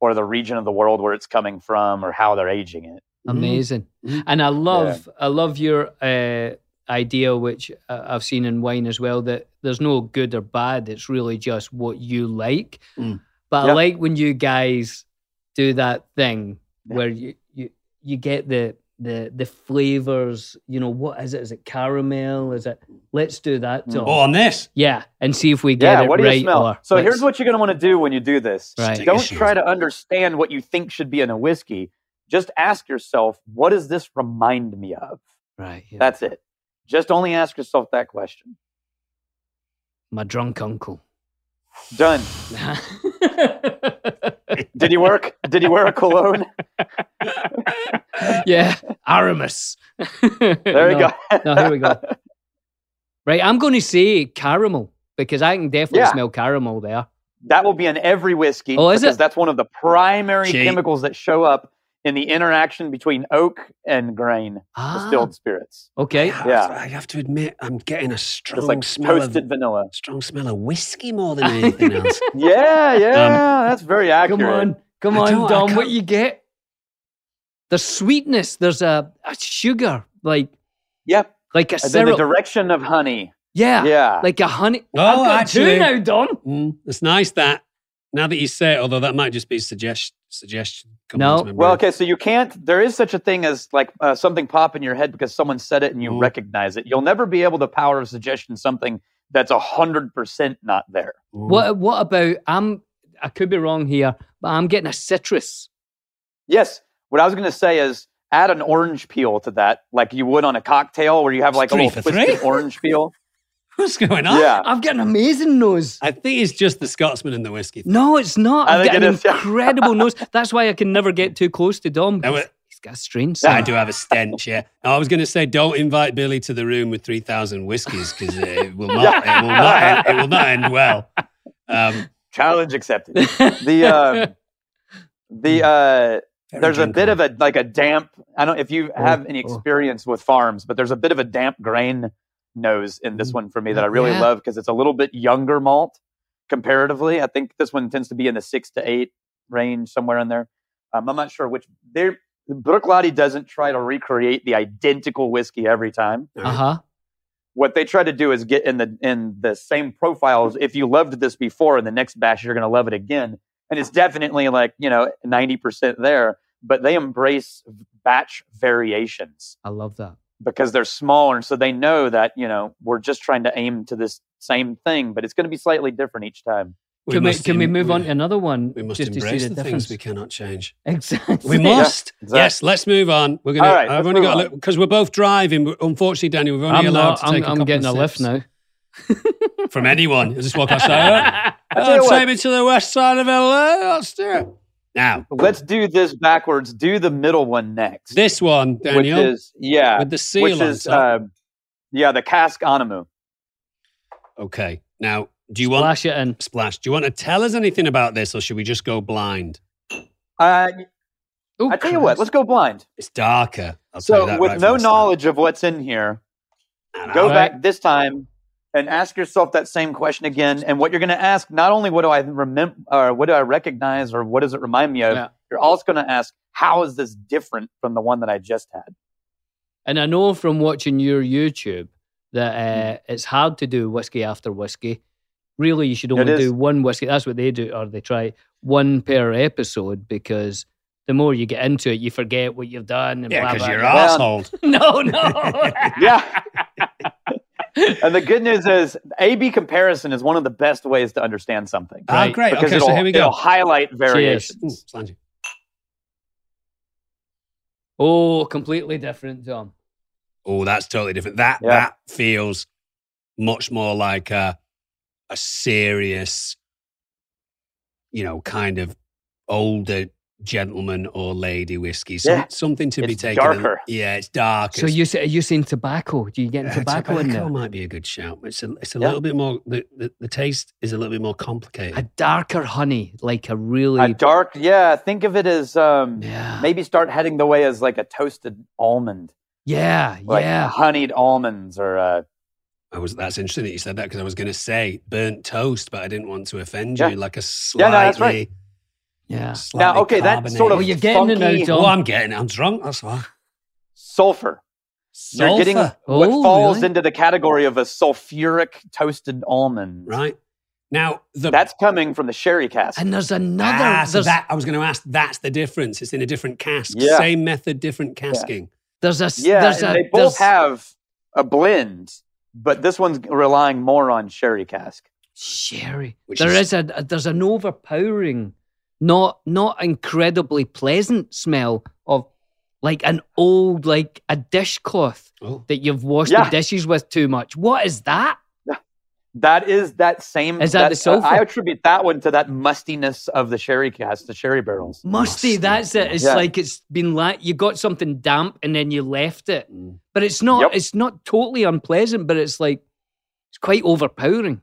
Speaker 8: or the region of the world where it's coming from or how they're aging it.
Speaker 3: Amazing.
Speaker 8: Mm-hmm.
Speaker 2: Mm.
Speaker 3: And I love I love your uh, idea, which uh, I've seen in wine as well, that there's no good or bad. It's really just what you like.
Speaker 2: Mm.
Speaker 3: But I
Speaker 8: Yeah.
Speaker 3: like when you guys do that thing
Speaker 8: Yeah.
Speaker 3: where you, you you get the the the flavors. You know what is it? Is it caramel? Is it? Let's do that.
Speaker 8: Mm.
Speaker 3: Tom.
Speaker 2: Oh, on this.
Speaker 3: Yeah, and see if we get
Speaker 8: yeah,
Speaker 3: it
Speaker 8: what do
Speaker 3: right.
Speaker 8: you smell?
Speaker 3: or
Speaker 8: So
Speaker 3: let's-
Speaker 8: here's what you're going to want to do when you do this.
Speaker 3: Right.
Speaker 2: Take your
Speaker 8: Don't
Speaker 2: shoes
Speaker 8: try to
Speaker 2: off.
Speaker 8: understand what you think should be in a whiskey. Just ask yourself, what does this remind me of?
Speaker 3: right. yeah.
Speaker 8: That's it. Just only ask yourself that question.
Speaker 3: my drunk uncle.
Speaker 8: Done. Did you work? Did you wear a cologne?
Speaker 3: yeah, Aramis. there
Speaker 8: There you go.
Speaker 3: no, here we go. Right, I'm going to say caramel because I can definitely
Speaker 8: Yeah.
Speaker 3: smell caramel there.
Speaker 8: That will be in every whiskey
Speaker 3: Oh, is
Speaker 8: because
Speaker 3: it?
Speaker 8: that's one of the primary
Speaker 2: Gee.
Speaker 8: chemicals that show up in the interaction between oak and grain
Speaker 3: Ah,
Speaker 8: distilled spirits.
Speaker 3: okay.
Speaker 2: I have
Speaker 8: Yeah.
Speaker 2: to- Ah, I have to admit, I'm getting a strong
Speaker 8: It's like
Speaker 2: smell
Speaker 8: toasted
Speaker 2: of
Speaker 8: vanilla.
Speaker 2: strong smell of whiskey more than anything else.
Speaker 8: Yeah, yeah, that's very accurate.
Speaker 3: Come on, come
Speaker 2: I don't-
Speaker 3: on,
Speaker 2: I
Speaker 3: Dom. What
Speaker 2: can't-
Speaker 3: you get? There's sweetness. There's a, a sugar, like
Speaker 8: Yep.
Speaker 3: like a
Speaker 8: And then the
Speaker 3: syrup.
Speaker 8: direction of honey.
Speaker 3: yeah,
Speaker 8: Yeah.
Speaker 3: Ah, like a honey.
Speaker 2: Oh,
Speaker 3: I've got
Speaker 2: actually-
Speaker 3: two now, Dom.
Speaker 2: Mm, it's nice that now that you say it, although that might just be suggest suggestion. coming
Speaker 3: No.
Speaker 2: into my
Speaker 8: Well,
Speaker 2: brain.
Speaker 8: okay, so you can't. There is such a thing as like uh, something pop in your head because someone said it and you
Speaker 2: Mm.
Speaker 8: recognize it. You'll never be able to power of suggestion something that's a hundred percent not there.
Speaker 2: Mm.
Speaker 3: What what about? I'm I could be wrong here, but I'm getting a citrus.
Speaker 8: Yes. What I was going to say is add an orange peel to that, like you would on a cocktail where you have
Speaker 2: It's
Speaker 8: like a
Speaker 2: three
Speaker 8: little
Speaker 2: for
Speaker 8: twisted
Speaker 2: three.
Speaker 8: orange peel.
Speaker 2: What's going on?
Speaker 8: Yeah.
Speaker 3: I've got an amazing nose.
Speaker 2: I think it's just the Scotsman and the whiskey.
Speaker 3: No, it's not.
Speaker 8: I
Speaker 3: I've
Speaker 8: think
Speaker 3: got
Speaker 8: it
Speaker 3: an
Speaker 8: is, yeah.
Speaker 3: incredible nose. That's why I can never get too close to Dom.
Speaker 2: Now,
Speaker 3: because
Speaker 2: uh,
Speaker 3: he's got strange
Speaker 2: Yeah,
Speaker 3: scent.
Speaker 2: I do have a stench, yeah. I was going to say, don't invite Billy to the room with 3,000 whiskies because it, will not- it, will not end- it will not end well. Um,
Speaker 8: Challenge accepted. The um, the uh, there's a bit of a like a damp. I don't if you have any experience with farms, but there's a bit of a damp grain nose in this one for me that I really
Speaker 3: Yeah.
Speaker 8: love because it's a little bit younger malt comparatively. I think this one tends to be in the six to eight range somewhere in there. Um, I'm not sure which. There, Brook Lottie doesn't try to recreate the identical whiskey every time
Speaker 3: Uh huh.
Speaker 8: what they try to do is get in the in the same profiles. If you loved this before, in the next batch you're going to love it again, and it's definitely like you know ninety percent there. But they embrace batch variations
Speaker 3: I love that.
Speaker 8: because they're smaller, so they know that you know we're just trying to aim to this same thing, but it's going to be slightly different each time.
Speaker 2: we
Speaker 3: can we,
Speaker 2: must
Speaker 3: can we
Speaker 2: em-
Speaker 3: move on to another one
Speaker 2: We must
Speaker 3: just to see
Speaker 2: embrace
Speaker 3: the,
Speaker 2: the,
Speaker 3: difference?
Speaker 2: things we cannot change.
Speaker 3: Exactly.
Speaker 2: We must.
Speaker 8: exactly.
Speaker 2: Yes, let's move on. We're gonna.
Speaker 8: All right,
Speaker 2: I've
Speaker 8: let's
Speaker 2: only
Speaker 8: move
Speaker 2: got a
Speaker 8: on.
Speaker 2: little because we're both driving. but Unfortunately, Danny, we're only
Speaker 3: I'm,
Speaker 2: allowed
Speaker 3: not,
Speaker 2: to
Speaker 3: I'm,
Speaker 2: take. a
Speaker 3: I'm
Speaker 2: couple
Speaker 3: getting a
Speaker 2: of
Speaker 3: lift
Speaker 2: sips
Speaker 3: now.
Speaker 2: from anyone. Just walk outside.
Speaker 8: I tell you
Speaker 2: oh,
Speaker 8: what.
Speaker 2: take me to the west side of LA. Let's do it now.
Speaker 8: Let's do this backwards. Do the middle one next,
Speaker 2: This one, Daniel,
Speaker 8: which is yeah,
Speaker 2: with the seal
Speaker 8: which
Speaker 2: on
Speaker 8: is
Speaker 2: top.
Speaker 8: uh, yeah, the cask Anamu. uh,
Speaker 2: okay. Now, do you want
Speaker 3: Flash it in.
Speaker 2: splash? Do you want to tell us anything about this, or should we just go blind?
Speaker 8: Uh,
Speaker 3: Oh,
Speaker 8: I tell you what, let's go blind.
Speaker 2: It's darker. I'll tell you
Speaker 8: So,
Speaker 2: that
Speaker 8: with
Speaker 2: right
Speaker 8: no
Speaker 2: from the start.
Speaker 8: knowledge of what's in here,
Speaker 2: And
Speaker 8: go
Speaker 2: I'll-
Speaker 3: Alright.
Speaker 8: back this time and ask yourself that same question again. And what you're going to ask, not only what do I remember, or what do I recognize, or what does it remind me of,
Speaker 3: Yeah.
Speaker 8: you're also going to ask, how is this different from the one that I just had?
Speaker 3: And I know from watching your YouTube that uh, it's hard to do whiskey after whiskey. Really, you should
Speaker 8: It
Speaker 3: only
Speaker 8: is.
Speaker 3: do one whiskey. That's what they do, or they try one per episode because the more you get into it, you forget what you've done. And
Speaker 2: yeah,
Speaker 3: blah,
Speaker 2: because
Speaker 3: blah,
Speaker 2: you're
Speaker 3: blah.
Speaker 8: Well-
Speaker 2: asshole.
Speaker 3: No, no.
Speaker 8: Yeah. and the good news is, A B comparison is one of the best ways to understand something.
Speaker 2: Ah,
Speaker 3: Right,
Speaker 2: great. Okay,
Speaker 8: it'll,
Speaker 2: so here we
Speaker 8: it'll
Speaker 2: go.
Speaker 8: highlight variation.
Speaker 2: Ooh, slanty.
Speaker 3: oh, completely different, Tom.
Speaker 2: Oh, that's totally different. That
Speaker 8: Yeah.
Speaker 2: that feels much more like a a serious, you know, kind of older gentleman or lady whiskey. Some,
Speaker 8: Yeah.
Speaker 2: Something to be
Speaker 8: It's
Speaker 2: taken. a-
Speaker 8: darker.
Speaker 2: yeah, it's darker.
Speaker 3: So
Speaker 2: It's-
Speaker 3: you say, are you saying tobacco? Do you get
Speaker 2: yeah,
Speaker 3: tobacco, in there?
Speaker 2: might be a good shout. It's a, it's a
Speaker 8: Yeah.
Speaker 2: little bit more. The, the, the taste is a little bit more
Speaker 3: A
Speaker 2: complicated.
Speaker 3: darker honey, like a really
Speaker 8: A dark, yeah, think of it as um,
Speaker 3: yeah,
Speaker 8: maybe start heading the way as like a toasted almond.
Speaker 3: yeah,
Speaker 8: like
Speaker 3: yeah.
Speaker 8: honeyed almonds or uh,
Speaker 2: I was. That's interesting that you said that because I was going to say burnt toast, but I didn't want to offend
Speaker 8: Yeah.
Speaker 2: you. Like a slightly,
Speaker 8: Yeah, no, that's right.
Speaker 3: Yeah.
Speaker 2: slightly
Speaker 8: now okay that sort
Speaker 2: carbonated-
Speaker 8: of
Speaker 3: Oh, you're getting it now,
Speaker 8: funky
Speaker 3: John.
Speaker 2: Oh, I'm getting it. I'm drunk. That's why.
Speaker 8: sulfur. You're getting
Speaker 2: Sulfur,
Speaker 8: what
Speaker 3: Oh,
Speaker 8: falls
Speaker 3: really?
Speaker 8: into the category of a sulfuric toasted almond.
Speaker 2: right now. The,
Speaker 8: That's coming from the sherry cask.
Speaker 3: And there's another.
Speaker 2: ah, so
Speaker 3: there's,
Speaker 2: that I was going to ask. That's the difference. It's in a different cask.
Speaker 8: Yeah.
Speaker 2: Same method, different casking.
Speaker 3: there's a. s-
Speaker 8: Yeah,
Speaker 3: there's
Speaker 8: and
Speaker 3: a,
Speaker 8: they
Speaker 3: there's-
Speaker 8: both have a blend, but this one's relying more on sherry cask.
Speaker 3: Sherry.
Speaker 2: Which
Speaker 3: There
Speaker 2: is-
Speaker 3: is a, a- there's an overpowering, not not incredibly pleasant smell of like an old like a dishcloth
Speaker 2: Oh,
Speaker 3: that you've washed the
Speaker 8: Yeah.
Speaker 3: dishes with too much. What is that?
Speaker 8: That is that same.
Speaker 3: Is that the sulfur?
Speaker 8: I attribute that one to that mustiness of the sherry cask, the sherry barrels.
Speaker 3: Musty,
Speaker 2: Musty.
Speaker 3: that's it. It's
Speaker 8: Yeah.
Speaker 3: like it's been like you got something damp and then you left it.
Speaker 2: Mm.
Speaker 3: But it's not
Speaker 8: Yep.
Speaker 3: it's not totally unpleasant, but it's like it's quite overpowering.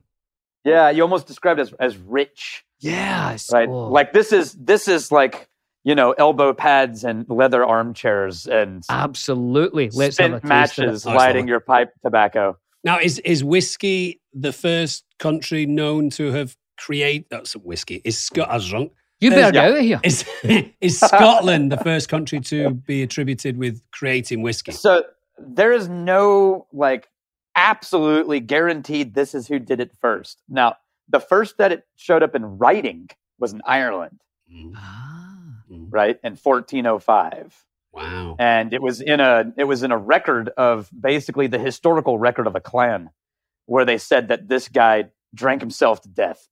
Speaker 8: Yeah, you almost described it as as rich.
Speaker 3: Yeah. it's-
Speaker 8: right
Speaker 3: oh.
Speaker 8: like this is this is like you know elbow pads and leather armchairs and
Speaker 3: absolutely. Ah, Let's
Speaker 8: spent
Speaker 3: have a taste of it.
Speaker 8: matches
Speaker 2: Oh, I saw
Speaker 8: lighting
Speaker 2: it.
Speaker 8: your pipe tobacco
Speaker 2: now is is whiskey the first country known to have created? That's whiskey. Is Scott? I was drunk.
Speaker 3: You better
Speaker 8: Yeah.
Speaker 3: get out of here.
Speaker 2: Is is Scotland the first country to be attributed with creating whiskey?
Speaker 8: so there is no like absolutely guaranteed this is who did it first now the first that it showed up in writing was in ireland
Speaker 2: Mm,
Speaker 3: Ah.
Speaker 2: mm.
Speaker 8: right in 1405
Speaker 2: Wow.
Speaker 8: and it was in a it was in a record of basically the historical record of a clan where they said that this guy drank himself to death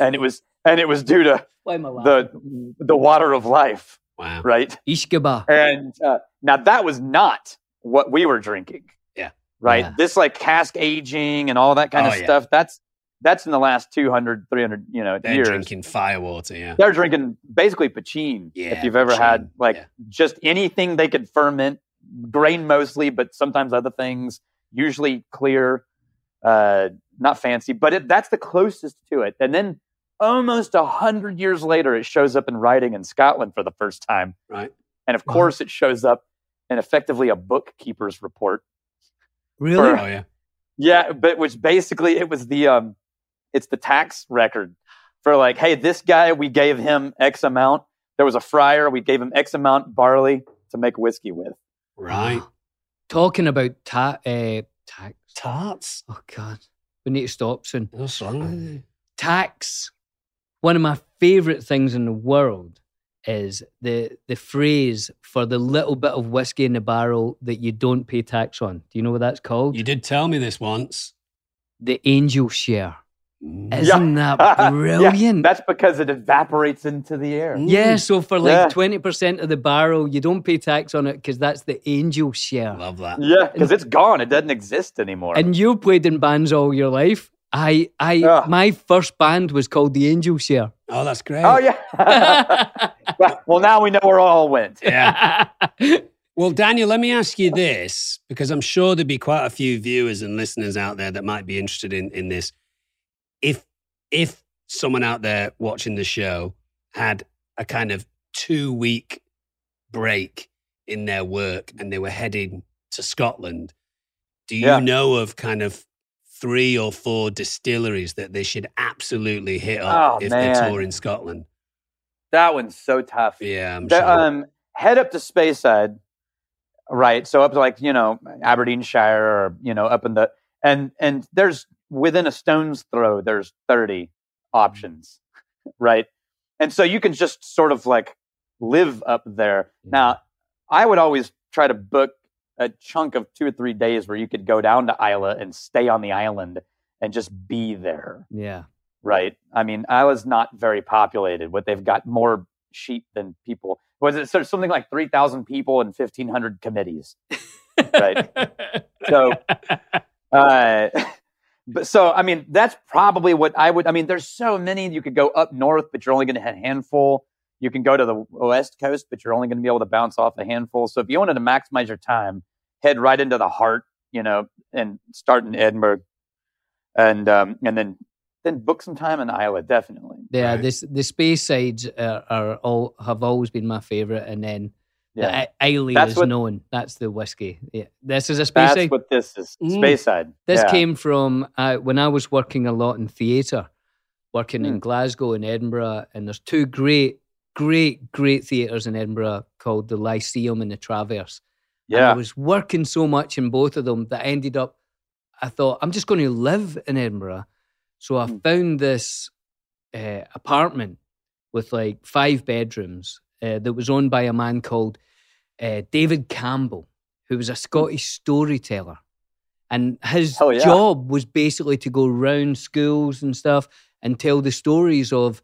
Speaker 8: and it was and it was due to
Speaker 3: Why am I laughing?
Speaker 8: the the water of life,
Speaker 2: Wow.
Speaker 8: right?
Speaker 3: Ishkaba.
Speaker 8: And uh, now that was not what we were drinking.
Speaker 2: Yeah.
Speaker 8: Right.
Speaker 3: Yeah.
Speaker 8: This like cask aging and all that kind
Speaker 2: Oh,
Speaker 8: of
Speaker 2: yeah.
Speaker 8: stuff. That's that's in the last 200, 300, you know,
Speaker 2: They're
Speaker 8: years.
Speaker 2: drinking firewater, yeah.
Speaker 8: They're drinking basically pachin.
Speaker 2: Yeah,
Speaker 8: if you've ever
Speaker 2: pachin,
Speaker 8: had like
Speaker 2: yeah.
Speaker 8: just anything they could ferment, grain mostly, but sometimes other things, usually clear, uh, not fancy, but it, that's the closest to it. And then almost a hundred years later, it shows up in writing in Scotland for the first time.
Speaker 2: Right. Uh-huh.
Speaker 8: And of course, it shows up in effectively a bookkeeper's report.
Speaker 9: Really?
Speaker 2: Oh, yeah.
Speaker 8: Yeah, but which basically it was the um it's the tax record for like, hey, this guy we gave him X amount. There was a friar, we gave him X amount barley to make whiskey with.
Speaker 2: Right.
Speaker 3: Talking about ta- uh, tax.
Speaker 2: Tarts?
Speaker 3: Oh, God. We need to stop soon.
Speaker 2: What's wrong with you?
Speaker 3: Tax. One of my favorite things in the world is the the phrase for the little bit of whiskey in the barrel that you don't pay tax on. Do you know what that's called?
Speaker 2: You did tell me this once.
Speaker 3: The angel share.
Speaker 2: Mm.
Speaker 3: Isn't
Speaker 8: Yeah,
Speaker 3: that brilliant?
Speaker 8: that's because it evaporates into the air.
Speaker 3: Yeah, so for like
Speaker 8: Yeah.
Speaker 3: 20% of the barrel, you don't pay tax on it because that's the angel share.
Speaker 2: Love that.
Speaker 8: Yeah, because it's gone. It doesn't exist anymore.
Speaker 3: And you played in bands all your life. I, I,
Speaker 8: Yeah.
Speaker 3: my first band was called the Angel Share.
Speaker 2: Oh, that's great.
Speaker 8: oh yeah. well, well, now we know where all went.
Speaker 2: yeah. Well, Daniel, let me ask you this because I'm sure there'd be quite a few viewers and listeners out there that might be interested in, in this. If if someone out there watching the show had a kind of two week break in their work and they were heading to Scotland, do you
Speaker 8: Yeah.
Speaker 2: know of kind of three or four distilleries that they should absolutely hit
Speaker 8: Oh,
Speaker 2: up if
Speaker 8: man.
Speaker 2: they tour in Scotland?
Speaker 8: That one's so tough.
Speaker 2: Yeah, I'm
Speaker 8: The,
Speaker 2: sure.
Speaker 8: um, head up to Speyside, right? So up to like you know Aberdeenshire or you know up in the and and there's within a stone's throw there's 30 options, right? And so you can just sort of like live up there. Now, I would always try to book a chunk of two or three days where you could go down to Isla and stay on the island and just be there
Speaker 3: Yeah.
Speaker 8: right? I mean, Isla's not very populated, but they've got more sheep than people. Was it so something like 3,000 people and 1,500 committees, right? so, uh, but so, I mean, that's probably what I would, I mean, there's so many. You could go up north, but you're only going to have a handful. You can go to the west coast, but you're only going to be able to bounce off a handful. So if you wanted to maximize your time, head right into the heart, you know, and start in Edinburgh. And um, and then then book some time in Isla, definitely.
Speaker 3: Yeah,
Speaker 2: Right.
Speaker 3: this the space sides are, are all have always been my favorite, and then
Speaker 8: Yeah.
Speaker 3: the I- Islay
Speaker 8: That's
Speaker 3: is
Speaker 8: what-
Speaker 3: known. That's the whiskey. Yeah, this is a space
Speaker 8: That's
Speaker 3: side.
Speaker 8: what this is.
Speaker 2: Mm.
Speaker 8: Space side.
Speaker 3: This
Speaker 8: Yeah.
Speaker 3: came from uh, when I was working a lot in theatre, working
Speaker 8: Hmm.
Speaker 3: in Glasgow and Edinburgh, and there's two great, great, great theatres in Edinburgh called the Lyceum and the Traverse. And I
Speaker 8: Yeah.
Speaker 3: was working so much in both of them that I ended up, I thought, I'm just going to live in Edinburgh. So I
Speaker 8: Mm.
Speaker 3: found this uh, apartment with like five bedrooms uh, that was owned by a man called uh, David Campbell, who was a Scottish storyteller. And his
Speaker 8: Hmm. Hell yeah.
Speaker 3: job was basically to go round schools and stuff and tell the stories of,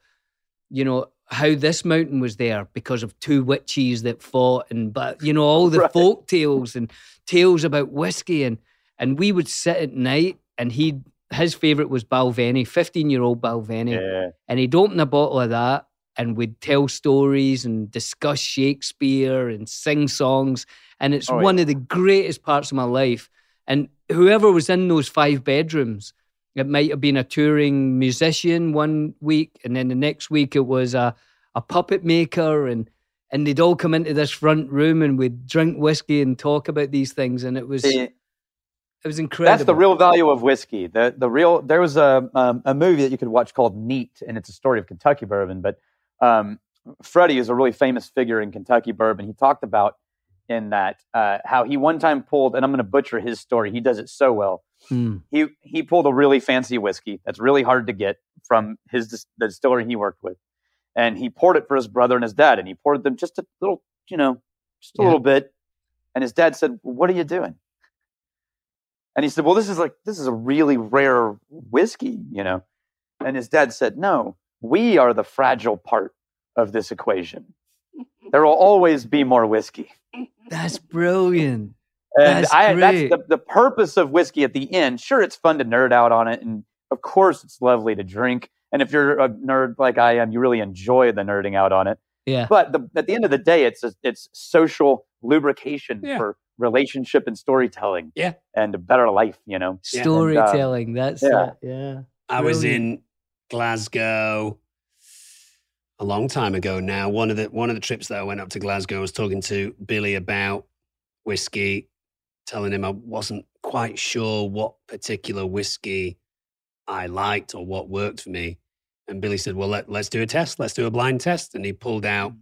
Speaker 3: you know, how this mountain was there because of two witches that fought and but you know all the
Speaker 8: Right.
Speaker 3: folk tales and tales about whiskey and and we would sit at night and he his favorite was Balvenie, 15 year old Balvenie
Speaker 8: Yeah.
Speaker 3: and he'd open a bottle of that and we'd tell stories and discuss Shakespeare and sing songs. And it's
Speaker 8: Oh,
Speaker 3: one of the greatest parts of my life. And whoever was in those five bedrooms, it might have been a touring musician one week, and then the next week it was a, a puppet maker, and and they'd all come into this front room and we'd drink whiskey and talk about these things, and it was
Speaker 8: See,
Speaker 3: it was incredible.
Speaker 8: that's the real value of whiskey. The the real there was a um, a movie that you could watch called Neat, and it's a story of Kentucky bourbon. But um, Freddie is a really famous figure in Kentucky bourbon. He talked about in that uh, how he one time pulled, and I'm going to butcher his story. He does it so well.
Speaker 3: Mm.
Speaker 8: he he pulled a really fancy whiskey that's really hard to get from his dis- the distillery he worked with, and he poured it for his brother and his dad, and he poured them just a little, you know, just a
Speaker 3: Yeah.
Speaker 8: little bit, and his dad said, "What are you doing?" And he said, "Well, this is like this is a really rare whiskey, you know," and his dad said, "No, we are the fragile part of this equation. There will always be more whiskey."
Speaker 3: That's brilliant.
Speaker 8: And
Speaker 3: That's
Speaker 8: I,
Speaker 3: great.
Speaker 8: that's the, the purpose of whiskey at the end. Sure, it's fun to nerd out on it. And Of course, it's lovely to drink. And if you're a nerd like I am, you really enjoy the nerding out on it.
Speaker 3: Yeah.
Speaker 8: But the, at the end of the day, it's a, it's social lubrication
Speaker 2: Yeah.
Speaker 8: for relationship and storytelling.
Speaker 2: Yeah.
Speaker 8: And a better life, you know.
Speaker 2: Yeah.
Speaker 3: Storytelling. That's
Speaker 8: yeah.
Speaker 3: it. Yeah.
Speaker 2: I was
Speaker 3: Brilliant.
Speaker 2: in Glasgow a long time ago now. One of the one of the trips that I went up to Glasgow, I was talking to Billy about whiskey, telling him I wasn't quite sure what particular whiskey I liked or what worked for me. And Billy said, Well, let, let's do a test. Let's do a blind test. And he pulled out,
Speaker 8: Mm.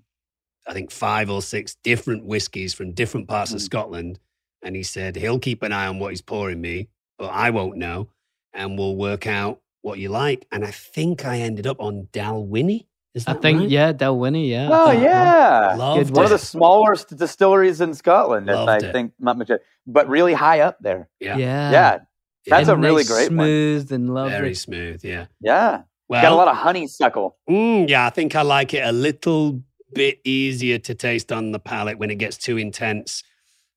Speaker 2: I think, five or six different whiskies from different parts of
Speaker 8: Mm.
Speaker 2: Scotland. And he said, He'll keep an eye on what he's pouring me, but I won't know. And we'll work out what you like. And I think I ended up on Dalwhinnie. Is
Speaker 3: I
Speaker 2: that
Speaker 3: think,
Speaker 2: right?
Speaker 3: yeah, Dalwhinnie. Yeah. I
Speaker 8: Oh
Speaker 3: think-
Speaker 8: yeah,
Speaker 2: Uh, Loved
Speaker 3: Good
Speaker 8: one of the
Speaker 2: it.
Speaker 8: smallest distilleries in Scotland, if
Speaker 2: Loved
Speaker 8: I
Speaker 2: it.
Speaker 8: think not much, but really high up there.
Speaker 2: Yeah.
Speaker 3: Yeah.
Speaker 8: yeah, that's a
Speaker 3: And
Speaker 8: really
Speaker 3: nice,
Speaker 8: great one.
Speaker 3: smooth and lovely.
Speaker 2: Very smooth. Yeah.
Speaker 8: Yeah,
Speaker 2: Well,
Speaker 8: got a lot of honeysuckle.
Speaker 2: Mm, yeah, I think I like it a little bit easier to taste on the palate when it gets too intense.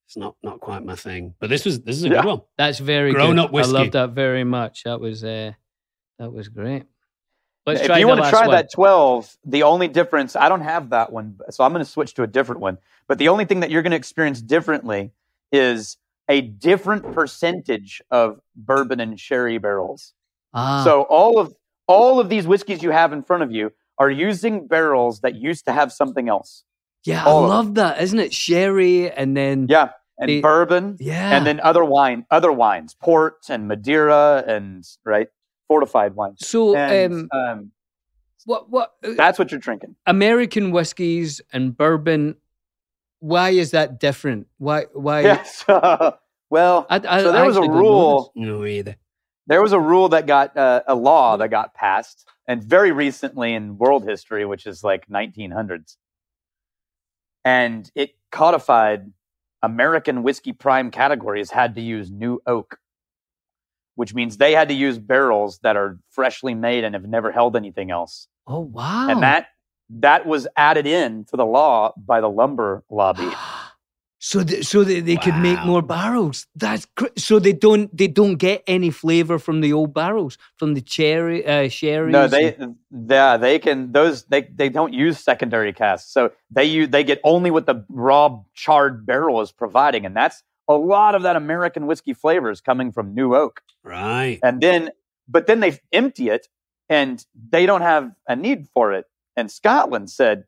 Speaker 2: It's not not quite my thing. But this was this is a
Speaker 8: Yeah.
Speaker 2: good one.
Speaker 3: That's very
Speaker 2: Grown
Speaker 3: good.
Speaker 2: up whiskey.
Speaker 3: I love that very much. That was uh, that was great. Let's
Speaker 8: if
Speaker 3: try
Speaker 8: you
Speaker 3: the
Speaker 8: want to
Speaker 3: last
Speaker 8: try
Speaker 3: one.
Speaker 8: that twelve, the only difference I don't have that one, so I'm going to switch to a different one. But the only thing that you're going to experience differently is a different percentage of bourbon and sherry barrels.
Speaker 3: Ah,
Speaker 8: So all of all of these whiskeys you have in front of you are using barrels that used to have something else.
Speaker 3: yeah, I
Speaker 8: all of
Speaker 3: love that, isn't it? Sherry and then
Speaker 8: Yeah, and
Speaker 3: The-
Speaker 8: bourbon.
Speaker 3: yeah.
Speaker 8: and then other wine, other wines, port and Madeira and right fortified wines.
Speaker 3: so
Speaker 8: And,
Speaker 3: um,
Speaker 8: um,
Speaker 3: what what uh,
Speaker 8: that's what you're drinking.
Speaker 3: American whiskeys and bourbon? Why is that different? Why why?
Speaker 8: Yes. well,
Speaker 3: I, I,
Speaker 8: so there
Speaker 3: I
Speaker 8: was a
Speaker 3: actually don't know
Speaker 8: rule.
Speaker 2: No either.
Speaker 8: There was a rule that got uh, a law that got passed, and very recently in world history, which is like 1900s, and it codified American whiskey prime categories had to use new oak, which means they had to use barrels that are freshly made and have never held anything else.
Speaker 3: this. Oh wow!
Speaker 8: and that that was added in to the law by the lumber lobby.
Speaker 3: So, th- so that they could make
Speaker 2: Wow.
Speaker 3: more barrels. That's cr- so they don't they don't get any flavor from the old barrels from the cherry uh, sherry.
Speaker 8: No, they yeah, they can those they they don't use secondary casks, so they use they get only what the raw charred barrel is providing, and that's a lot of that American whiskey flavor is coming from new oak.
Speaker 2: Right.
Speaker 8: And then, but then they empty it, and they don't have a need for it. And Scotland said,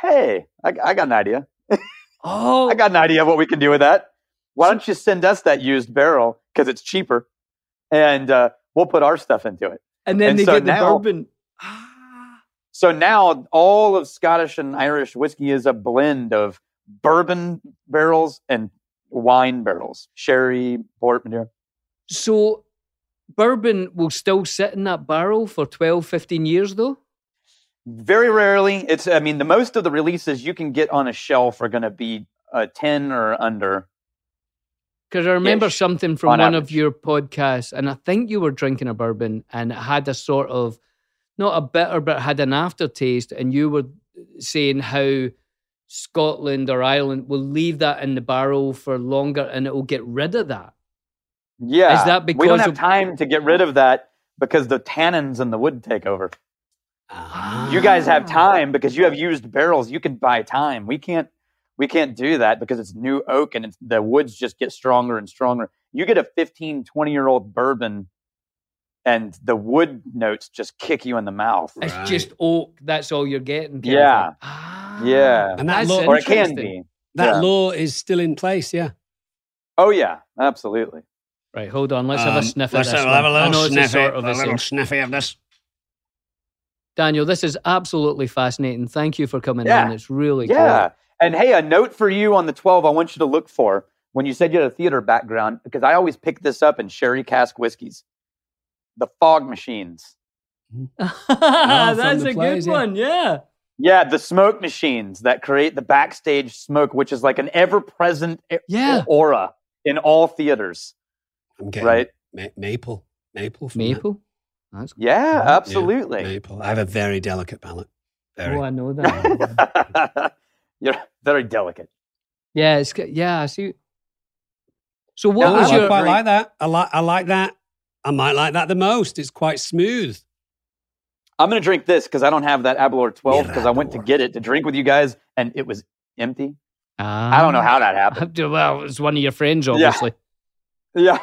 Speaker 8: "Hey, I, I got an idea.
Speaker 3: oh
Speaker 8: I got an idea of what we can do with that. Why don't you send us that used barrel because it's cheaper, and uh, we'll put our stuff into it."
Speaker 3: and then
Speaker 8: and
Speaker 3: they
Speaker 8: so
Speaker 3: get the
Speaker 8: now-
Speaker 3: bourbon.
Speaker 8: So now all of Scottish and Irish whiskey is a blend of bourbon barrels and wine barrels, sherry, port, Madeira.
Speaker 3: So bourbon will still sit in that barrel for 12, 15 years though.
Speaker 8: Very rarely, it's I mean the most of the releases you can get on a shelf are going to be uh, ten or under.
Speaker 3: Because I remember
Speaker 8: Ish,
Speaker 3: something from
Speaker 8: on
Speaker 3: one of
Speaker 8: average.
Speaker 3: your podcasts, and I think you were drinking a bourbon, and it had a sort of not a bitter, but it had an aftertaste, and you were saying how Scotland or Ireland will leave that in the barrel for longer, and it will get rid of that.
Speaker 8: Yeah,
Speaker 3: Is that
Speaker 8: we don't
Speaker 3: because
Speaker 8: have
Speaker 3: of-
Speaker 8: time to get rid of that because the tannins in the wood take over?
Speaker 2: Ah.
Speaker 8: you guys have time because you have used barrels you can buy time we can't we can't do that because it's new oak and it's, the woods just get stronger and stronger you get a 15 20 year old bourbon and the wood notes just kick you in the mouth
Speaker 3: It's
Speaker 2: Right.
Speaker 3: just oak. That's all you're getting. kind of thing.
Speaker 8: Yeah.
Speaker 3: Ah,
Speaker 8: Yeah.
Speaker 2: And that
Speaker 3: that's
Speaker 2: law-
Speaker 8: or it can
Speaker 3: interesting.
Speaker 8: be
Speaker 2: That
Speaker 8: Yeah.
Speaker 2: law is still in place, yeah.
Speaker 8: oh yeah absolutely
Speaker 3: Right. Hold on. Let's have a
Speaker 2: Um,
Speaker 3: sniff at
Speaker 2: let's
Speaker 3: this.
Speaker 2: have,
Speaker 3: one.
Speaker 2: have a
Speaker 3: I
Speaker 2: little
Speaker 3: know it's a
Speaker 2: sniffy-
Speaker 3: sort of
Speaker 2: a
Speaker 3: a
Speaker 2: little
Speaker 3: same-
Speaker 2: sniffy of this.
Speaker 3: Daniel, this is absolutely fascinating. Thank you for coming
Speaker 8: Yeah.
Speaker 3: in. It's really
Speaker 8: yeah
Speaker 3: cool.
Speaker 8: and hey a note for you on the 12 i want you to look for when you said you had a theater background because i always pick this up in sherry cask whiskeys the fog machines
Speaker 2: from
Speaker 3: That's
Speaker 2: the
Speaker 3: a
Speaker 2: plays,
Speaker 3: good
Speaker 2: yeah.
Speaker 3: one. Yeah.
Speaker 8: Yeah, the smoke machines that create the backstage smoke, which is like an ever-present a-
Speaker 3: Yeah.
Speaker 8: aura in all theaters,
Speaker 2: I'm getting
Speaker 8: right?
Speaker 2: ma- maple. Maple. from that.
Speaker 3: Maple. That's cool.
Speaker 8: Yeah,
Speaker 2: Yeah,
Speaker 8: absolutely.
Speaker 2: maple. I have a very delicate palate. Very.
Speaker 3: Oh, I know that.
Speaker 8: You're very delicate.
Speaker 3: yeah, it's g- yeah. I see. So what
Speaker 8: Yeah,
Speaker 2: Oh,
Speaker 3: was
Speaker 2: I
Speaker 3: your
Speaker 2: quite like that. I like I like that I might like that the most. It's quite smooth.
Speaker 8: I'm going to drink this because I don't have that Abalor 12 because I went to get it to drink with you guys and it was empty.
Speaker 3: Ah.
Speaker 8: I
Speaker 3: Uh-huh.
Speaker 8: don't know how that happened.
Speaker 3: Well, it's one of your friends, obviously.
Speaker 8: Yeah.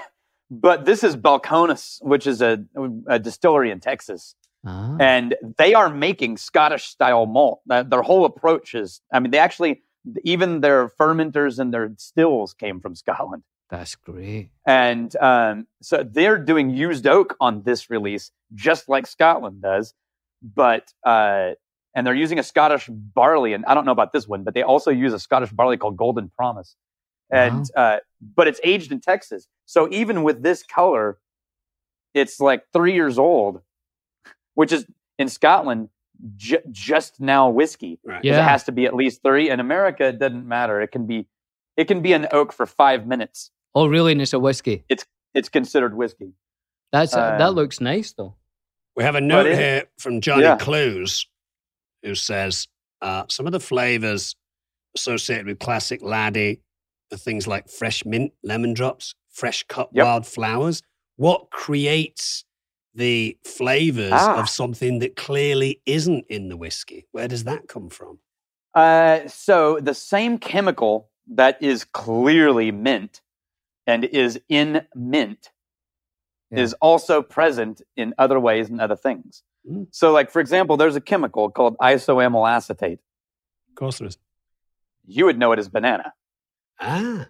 Speaker 8: But this is Balcones, which is a, a distillery in Texas.
Speaker 3: Ah.
Speaker 8: And they are making Scottish style malt. Uh, Their whole approach is, I mean, they actually, even their fermenters and their stills came from Scotland.
Speaker 3: That's great.
Speaker 8: And um, so they're doing used oak on this release, just like Scotland does. But, uh, and they're using a Scottish barley. And I don't know about this one, but they also use a Scottish barley called Golden Promise. And, uh, but it's aged in Texas. So even with this color, it's like three years old, which is in Scotland, ju- just now whiskey.
Speaker 2: Right.
Speaker 8: 'Cause
Speaker 3: Yeah.
Speaker 8: It has to be at least three. In America, it doesn't matter. It can be, it can be an oak for five minutes
Speaker 3: Oh, really? And it's a whiskey.
Speaker 8: it's considered whiskey.
Speaker 3: That's uh, that
Speaker 8: Um,
Speaker 3: looks nice though.
Speaker 2: We have a note
Speaker 8: it-
Speaker 2: here from Johnny
Speaker 8: yeah.
Speaker 2: Clues, who says uh, some of the flavors associated with classic laddie are things like fresh mint, lemon drops, fresh cut
Speaker 8: Yep.
Speaker 2: wild flowers. What creates the flavors
Speaker 8: Ah.
Speaker 2: of something that clearly isn't in the whiskey? Where does that come from?
Speaker 8: Uh, so the same chemical that is clearly mint and is in mint
Speaker 3: Yeah.
Speaker 8: is also present in other ways and other things.
Speaker 2: Mm.
Speaker 8: So, like for example, there's a chemical called isoamyl acetate.
Speaker 2: Of course, there is.
Speaker 8: You would know it as banana,
Speaker 2: Ah,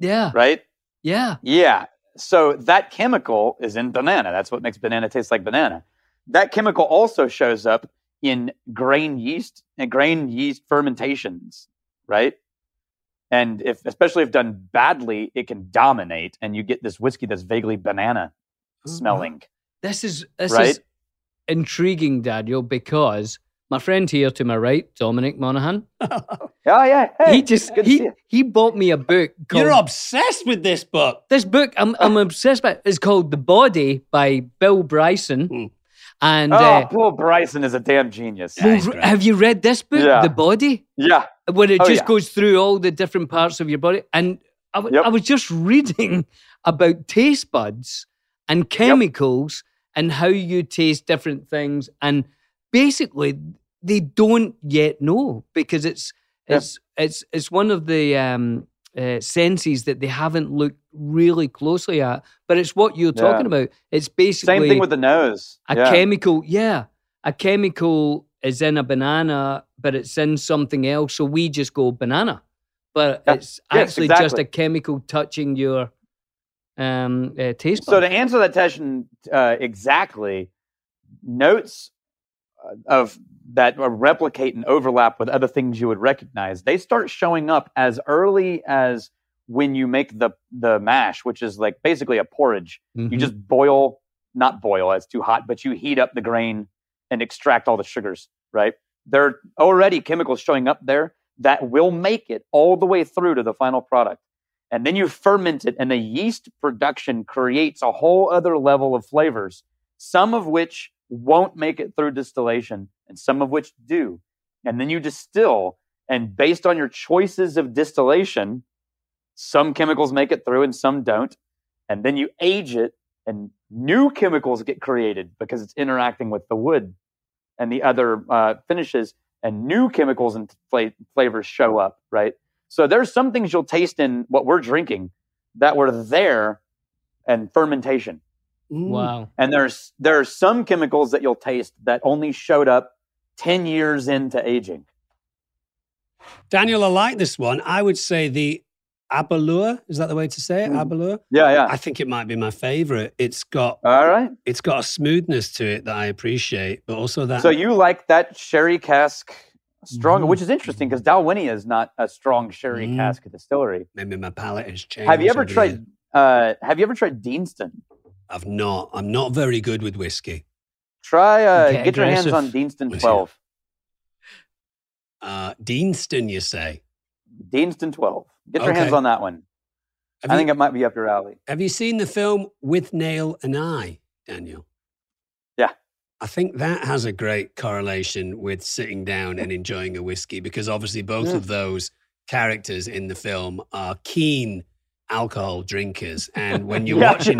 Speaker 3: Yeah,
Speaker 8: right?
Speaker 3: yeah.
Speaker 8: Yeah. So that chemical is in banana. That's what makes banana taste like banana. That chemical also shows up in grain yeast and grain yeast fermentations, right? And if especially if done badly, it can dominate and you get this whiskey that's vaguely banana smelling.
Speaker 3: This is this
Speaker 8: Right?
Speaker 3: is intriguing, Daniel, because my friend here to my right, Dominic Monaghan,
Speaker 8: Oh yeah. Hey,
Speaker 3: he just
Speaker 8: good to see
Speaker 3: he
Speaker 8: you.
Speaker 3: he bought me a book called
Speaker 2: you're obsessed with this book.
Speaker 3: this book I'm I'm obsessed by. It's called The Body by Bill Bryson,
Speaker 2: Hmm.
Speaker 3: and.
Speaker 8: Oh,
Speaker 3: uh,
Speaker 8: Paul Bryson is a damn genius.
Speaker 2: Yeah, he's
Speaker 3: well,
Speaker 2: great.
Speaker 3: have you read this book,
Speaker 8: Yeah.
Speaker 3: The Body?
Speaker 8: Yeah.
Speaker 3: Where it
Speaker 8: Oh,
Speaker 3: just
Speaker 8: yeah.
Speaker 3: goes through all the different parts of your body. And I wa-
Speaker 8: Yep.
Speaker 3: I was just reading about taste buds and chemicals and how you taste different things. And basically, they don't yet know because it's
Speaker 8: Yeah.
Speaker 3: it's it's it's one of the um, uh, senses that they haven't looked really closely at. But it's what you're
Speaker 8: Yeah.
Speaker 3: talking about. It's basically
Speaker 8: Same thing with the nose.
Speaker 3: a
Speaker 8: yeah.
Speaker 3: chemical, yeah. A chemical is in a banana, but it's in something else. So we just go banana. But
Speaker 8: Yeah.
Speaker 3: it's
Speaker 8: Yes,
Speaker 3: actually just
Speaker 8: exactly.
Speaker 3: a chemical touching your um, uh, taste
Speaker 8: So
Speaker 3: bud.
Speaker 8: to answer that question uh, exactly, notes uh, of that are replicate and overlap with other things you would recognize, they start showing up as early as when you make the the mash, which is like basically a porridge. You
Speaker 3: Mhm.
Speaker 8: just boil, not boil, it's too hot, but you heat up the grain and extract all the sugars, right? There are already chemicals showing up there that will make it all the way through to the final product. And then you ferment it, and the yeast production creates a whole other level of flavors, some of which won't make it through distillation, and some of which do. And then you distill, and based on your choices of distillation, some chemicals make it through and some don't. And then you age it, and new chemicals get created because it's interacting with the wood and the other uh, finishes, and new chemicals and fla- flavors show up, right? So there's some things you'll taste in what we're drinking that were there and fermentation.
Speaker 2: Mm.
Speaker 3: wow.
Speaker 8: And there's there are some chemicals that you'll taste that only showed up 10 years into aging.
Speaker 2: Daniel, I like this one. I would say the Abalur. Is that the way to say it?
Speaker 8: Mm.
Speaker 2: Abalur.
Speaker 8: Yeah, yeah.
Speaker 2: I think it might be my favorite. It's got
Speaker 8: All right.
Speaker 2: it's got a smoothness to it that I appreciate, but also that
Speaker 8: So you like that sherry cask strong,
Speaker 2: Mhm.
Speaker 8: which is interesting because Dalwinia is not a strong sherry
Speaker 2: Mhm.
Speaker 8: cask distillery.
Speaker 2: maybe my palate has changed.
Speaker 8: Have you ever
Speaker 2: over the years.
Speaker 8: tried? Uh, have you ever tried Deanston?
Speaker 2: I've not. I'm not very good with whiskey.
Speaker 8: Try uh,
Speaker 3: Get
Speaker 8: get your hands on
Speaker 3: aggressive
Speaker 8: Deanston
Speaker 2: with
Speaker 8: twelve.
Speaker 2: Uh, Deanston, you say?
Speaker 8: Deanston twelve. Get your hands
Speaker 2: Okay.
Speaker 8: on that one.
Speaker 2: Have,
Speaker 8: I
Speaker 2: you,
Speaker 8: think it might be up your alley.
Speaker 2: have you seen the film With Nail and I, Daniel?
Speaker 8: Yeah.
Speaker 2: I think that has a great correlation with sitting down and enjoying a whiskey because obviously both
Speaker 8: Mm.
Speaker 2: of those characters in the film are keen alcohol drinkers, and when you're
Speaker 8: Yeah.
Speaker 2: watching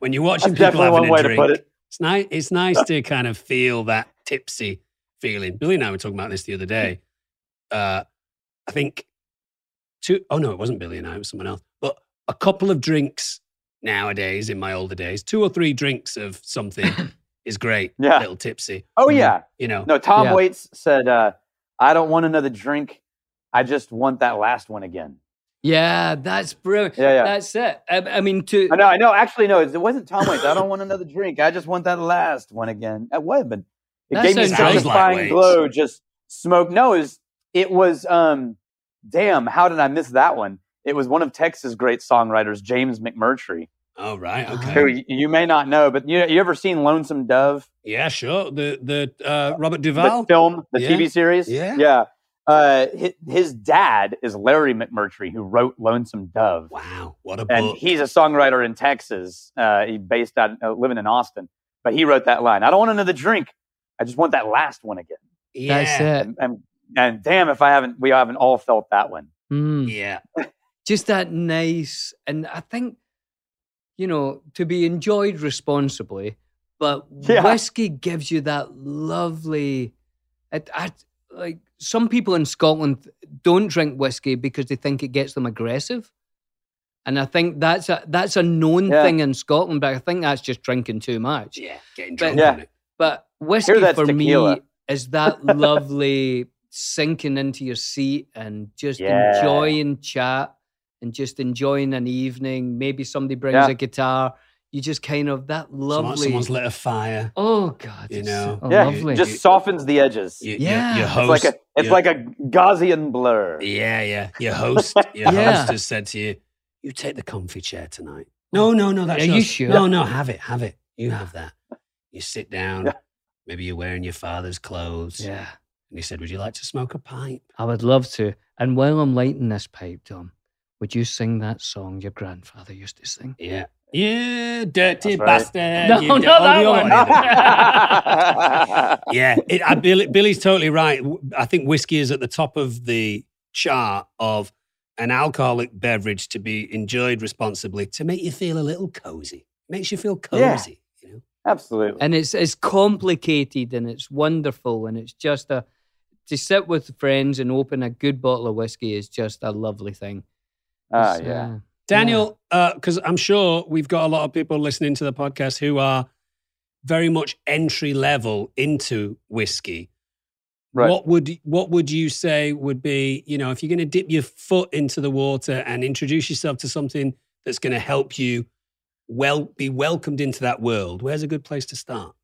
Speaker 2: when you're watching
Speaker 8: That's
Speaker 2: people
Speaker 8: definitely
Speaker 2: having
Speaker 8: one way
Speaker 2: a
Speaker 8: to
Speaker 2: drink,
Speaker 8: put it.
Speaker 2: it's nice. It's nice to kind of feel that tipsy feeling. Billy and I were talking about this the other day. Uh, I think two oh no, it wasn't Billy and I. It was someone else. But a couple of drinks nowadays, in my older days, two or three drinks of something is great.
Speaker 8: Yeah.
Speaker 2: a little tipsy.
Speaker 8: Oh yeah.
Speaker 2: You know,
Speaker 8: No, Tom
Speaker 3: Yeah.
Speaker 8: Waits said, uh, "I don't want another drink. I just want that last one again."
Speaker 3: Yeah, that's brilliant.
Speaker 8: Yeah, yeah.
Speaker 3: That's it. I, I mean, to
Speaker 8: I know, I know. Actually, no, it wasn't Tom Waits. I don't want another drink. I just want that last one again. It would have been. It
Speaker 3: That
Speaker 8: gave me
Speaker 3: sounds
Speaker 8: such a
Speaker 2: great. Sounds
Speaker 8: fine
Speaker 2: like
Speaker 8: glow. Just smoke. No, it was. It was. Um, damn, how did I miss that one? It was one of Texas' great songwriters, James McMurtry,
Speaker 2: Oh right, okay.
Speaker 8: who you, you may not know, but you, you ever seen Lonesome Dove?
Speaker 2: Yeah, sure. The the uh, Robert
Speaker 8: the
Speaker 2: Duvall.
Speaker 8: film, the
Speaker 2: Yeah.
Speaker 8: TV series.
Speaker 2: Yeah.
Speaker 8: yeah. Uh, hi- his dad is Larry McMurtry, who wrote Lonesome Dove,
Speaker 2: Wow, what a
Speaker 8: and
Speaker 2: book!
Speaker 8: he's a songwriter in Texas. Uh, he based out uh, living in Austin, but he wrote that line. I don't want another drink. I just want that last one again.
Speaker 2: yeah,
Speaker 3: that's it.
Speaker 8: And, and, and damn, if I haven't, we haven't all felt that one.
Speaker 3: Mm.
Speaker 2: yeah,
Speaker 3: Just that nice, and I think you know to be enjoyed responsibly, but
Speaker 8: Yeah.
Speaker 3: whiskey gives you that lovely. It, I, like some people in Scotland don't drink whiskey because they think it gets them aggressive. And I think that's a that's a known
Speaker 8: Yeah.
Speaker 3: thing in Scotland, but I think that's just drinking too much.
Speaker 2: yeah. Getting drunk
Speaker 8: yeah.
Speaker 2: on it.
Speaker 3: But whiskey
Speaker 8: that's
Speaker 3: for
Speaker 8: tequila.
Speaker 3: me is that lovely sinking into your seat and just
Speaker 8: Yeah.
Speaker 3: enjoying chat and just enjoying an evening. Maybe somebody brings
Speaker 8: Yeah.
Speaker 3: a guitar. You just kind of that
Speaker 2: Someone-
Speaker 3: lovely.
Speaker 2: someone's lit a fire.
Speaker 3: oh God,
Speaker 2: you
Speaker 3: it's
Speaker 2: know.
Speaker 3: so
Speaker 8: yeah,
Speaker 3: lovely.
Speaker 8: just softens the edges.
Speaker 2: You,
Speaker 3: Yeah.
Speaker 2: your, your host.
Speaker 3: It's
Speaker 8: it's like a it's
Speaker 2: your-
Speaker 8: like a Gaussian blur.
Speaker 2: yeah, yeah. Your host, your
Speaker 3: Yeah.
Speaker 2: host has said to you, "You take the comfy chair tonight." No, no, no. That's
Speaker 3: Are you
Speaker 2: yours.
Speaker 3: sure?
Speaker 2: No, no. Have it, have it. You have that. You sit down. Maybe you're wearing your father's clothes.
Speaker 3: yeah,
Speaker 2: And he said, "Would you like to smoke a pipe?"
Speaker 3: I would love to. And while I'm lighting this pipe, Tom, would you sing that song your grandfather used to sing?
Speaker 2: Yeah. You dirty
Speaker 8: That's right.
Speaker 2: bastard.
Speaker 3: No,
Speaker 2: you
Speaker 3: not
Speaker 2: di- oh,
Speaker 3: that
Speaker 2: the
Speaker 3: one.
Speaker 2: other yeah, it, I, Billy, Billy's totally right. W- I think whiskey is at the top of the chart of an alcoholic beverage to be enjoyed responsibly to make you feel a little cozy. Makes you feel
Speaker 8: Yeah.
Speaker 2: cozy. You know?
Speaker 8: Absolutely.
Speaker 3: and it's it's complicated and it's wonderful and it's just a to sit with friends and open a good bottle of whiskey is just a lovely thing.
Speaker 8: Ah,
Speaker 3: It's,
Speaker 8: yeah.
Speaker 3: uh,
Speaker 2: Daniel, because I'm sure we've got a lot of people listening to the podcast who are very much entry level into whiskey.
Speaker 8: Right.
Speaker 2: What would what would you say would be, you know, if you're going to dip your foot into the water and introduce yourself to something that's going to help you well be welcomed into that world, where's a good place to start?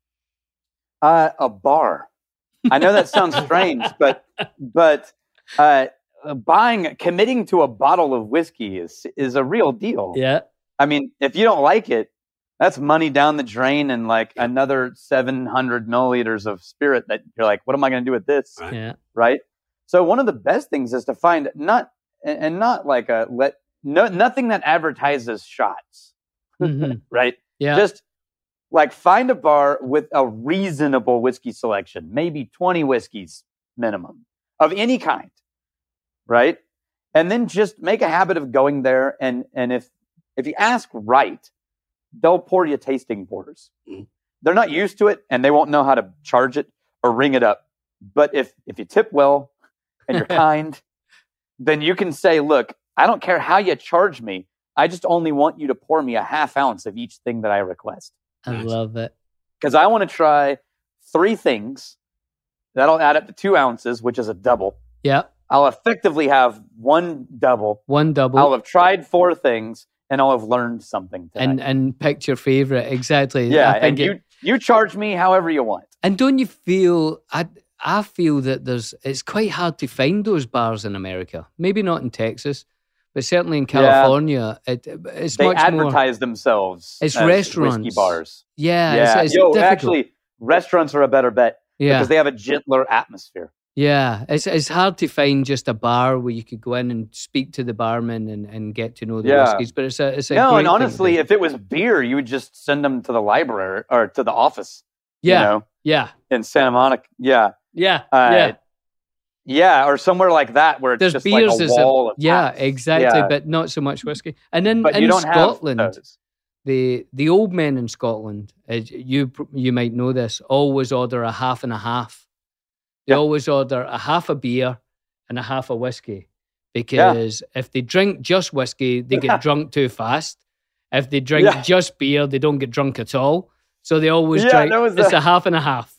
Speaker 8: Uh, a bar. I know that sounds strange, but but uh, buying, committing to a bottle of whiskey is is a real deal.
Speaker 3: yeah,
Speaker 8: I mean, if you don't like it, that's money down the drain and like another seven hundred milliliters of spirit that you're like, what am I going to do with this?
Speaker 2: Right.
Speaker 3: yeah,
Speaker 8: right? So one of the best things is to find not and and not like a let no nothing that advertises shots,
Speaker 3: Mhm.
Speaker 8: right?
Speaker 3: yeah.
Speaker 8: Just like find a bar with a reasonable whiskey selection, maybe 20 whiskeys minimum of any kind, right? And then just make a habit of going there and and if if you ask right, they'll pour you tasting pours.
Speaker 2: Mm.
Speaker 8: They're not used to it and they won't know how to charge it or ring it up. But if if you tip well and you're kind, then you can say, "Look, I don't care how you charge me. I just only want you to pour me a half ounce of each thing that I request."
Speaker 3: I
Speaker 2: Nice.
Speaker 3: love it.
Speaker 8: because I want to try three things. That'll add up to two ounces, which is a double.
Speaker 3: Yeah,
Speaker 8: I'll effectively have one double.
Speaker 3: one double
Speaker 8: I'll have tried four things, and I'll have learned something. Tonight.
Speaker 3: and and picked your favorite exactly.
Speaker 8: yeah,
Speaker 3: I
Speaker 8: and
Speaker 3: think it-
Speaker 8: you you charge me however you want.
Speaker 3: And don't you feel I I feel that there's it's quite hard to find those bars in America. Maybe not in Texas, but certainly in
Speaker 8: Yeah.
Speaker 3: California, it, it's
Speaker 8: They
Speaker 3: much more.
Speaker 8: advertise themselves.
Speaker 3: It's
Speaker 8: as
Speaker 3: restaurants.
Speaker 8: whiskey bars.
Speaker 3: Yeah,
Speaker 8: yeah,
Speaker 3: it's, it's
Speaker 8: yo,
Speaker 3: difficult.
Speaker 8: actually, restaurants are a better bet
Speaker 3: yeah.
Speaker 8: because they have a gentler atmosphere.
Speaker 3: Yeah, it's it's hard to find just a bar where you could go in and speak to the barman and, and get to know the
Speaker 8: Yeah.
Speaker 3: whiskeys. But it's a it's a great
Speaker 8: no,
Speaker 3: thing
Speaker 8: and
Speaker 3: to
Speaker 8: honestly,
Speaker 3: do.
Speaker 8: if it was beer, you would just send them to the library or to the office.
Speaker 3: yeah,
Speaker 8: you know,
Speaker 3: yeah,
Speaker 8: in Santa Monica. Yeah.
Speaker 3: yeah,
Speaker 8: Uh,
Speaker 3: yeah,
Speaker 8: Yeah, or somewhere like that where it's
Speaker 3: There's
Speaker 8: just
Speaker 3: beers
Speaker 8: like
Speaker 3: as
Speaker 8: a wall.
Speaker 3: a
Speaker 8: of
Speaker 3: yeah,
Speaker 8: taps.
Speaker 3: exactly,
Speaker 8: Yeah.
Speaker 3: but not so much whiskey. And in,
Speaker 8: But you
Speaker 3: in
Speaker 8: don't have
Speaker 3: Scotland,
Speaker 8: those.
Speaker 3: the the old men in Scotland, as you pr- you might know this, always order a half and a half. They
Speaker 8: Yeah.
Speaker 3: always order a half a beer and a half a whiskey because if they drink just whiskey, they get drunk too fast. If they drink
Speaker 8: Yeah.
Speaker 3: just beer, they don't get drunk at all. So they always
Speaker 8: Yeah,
Speaker 3: drink.
Speaker 8: there was
Speaker 3: it's
Speaker 8: a-
Speaker 3: a half and a half,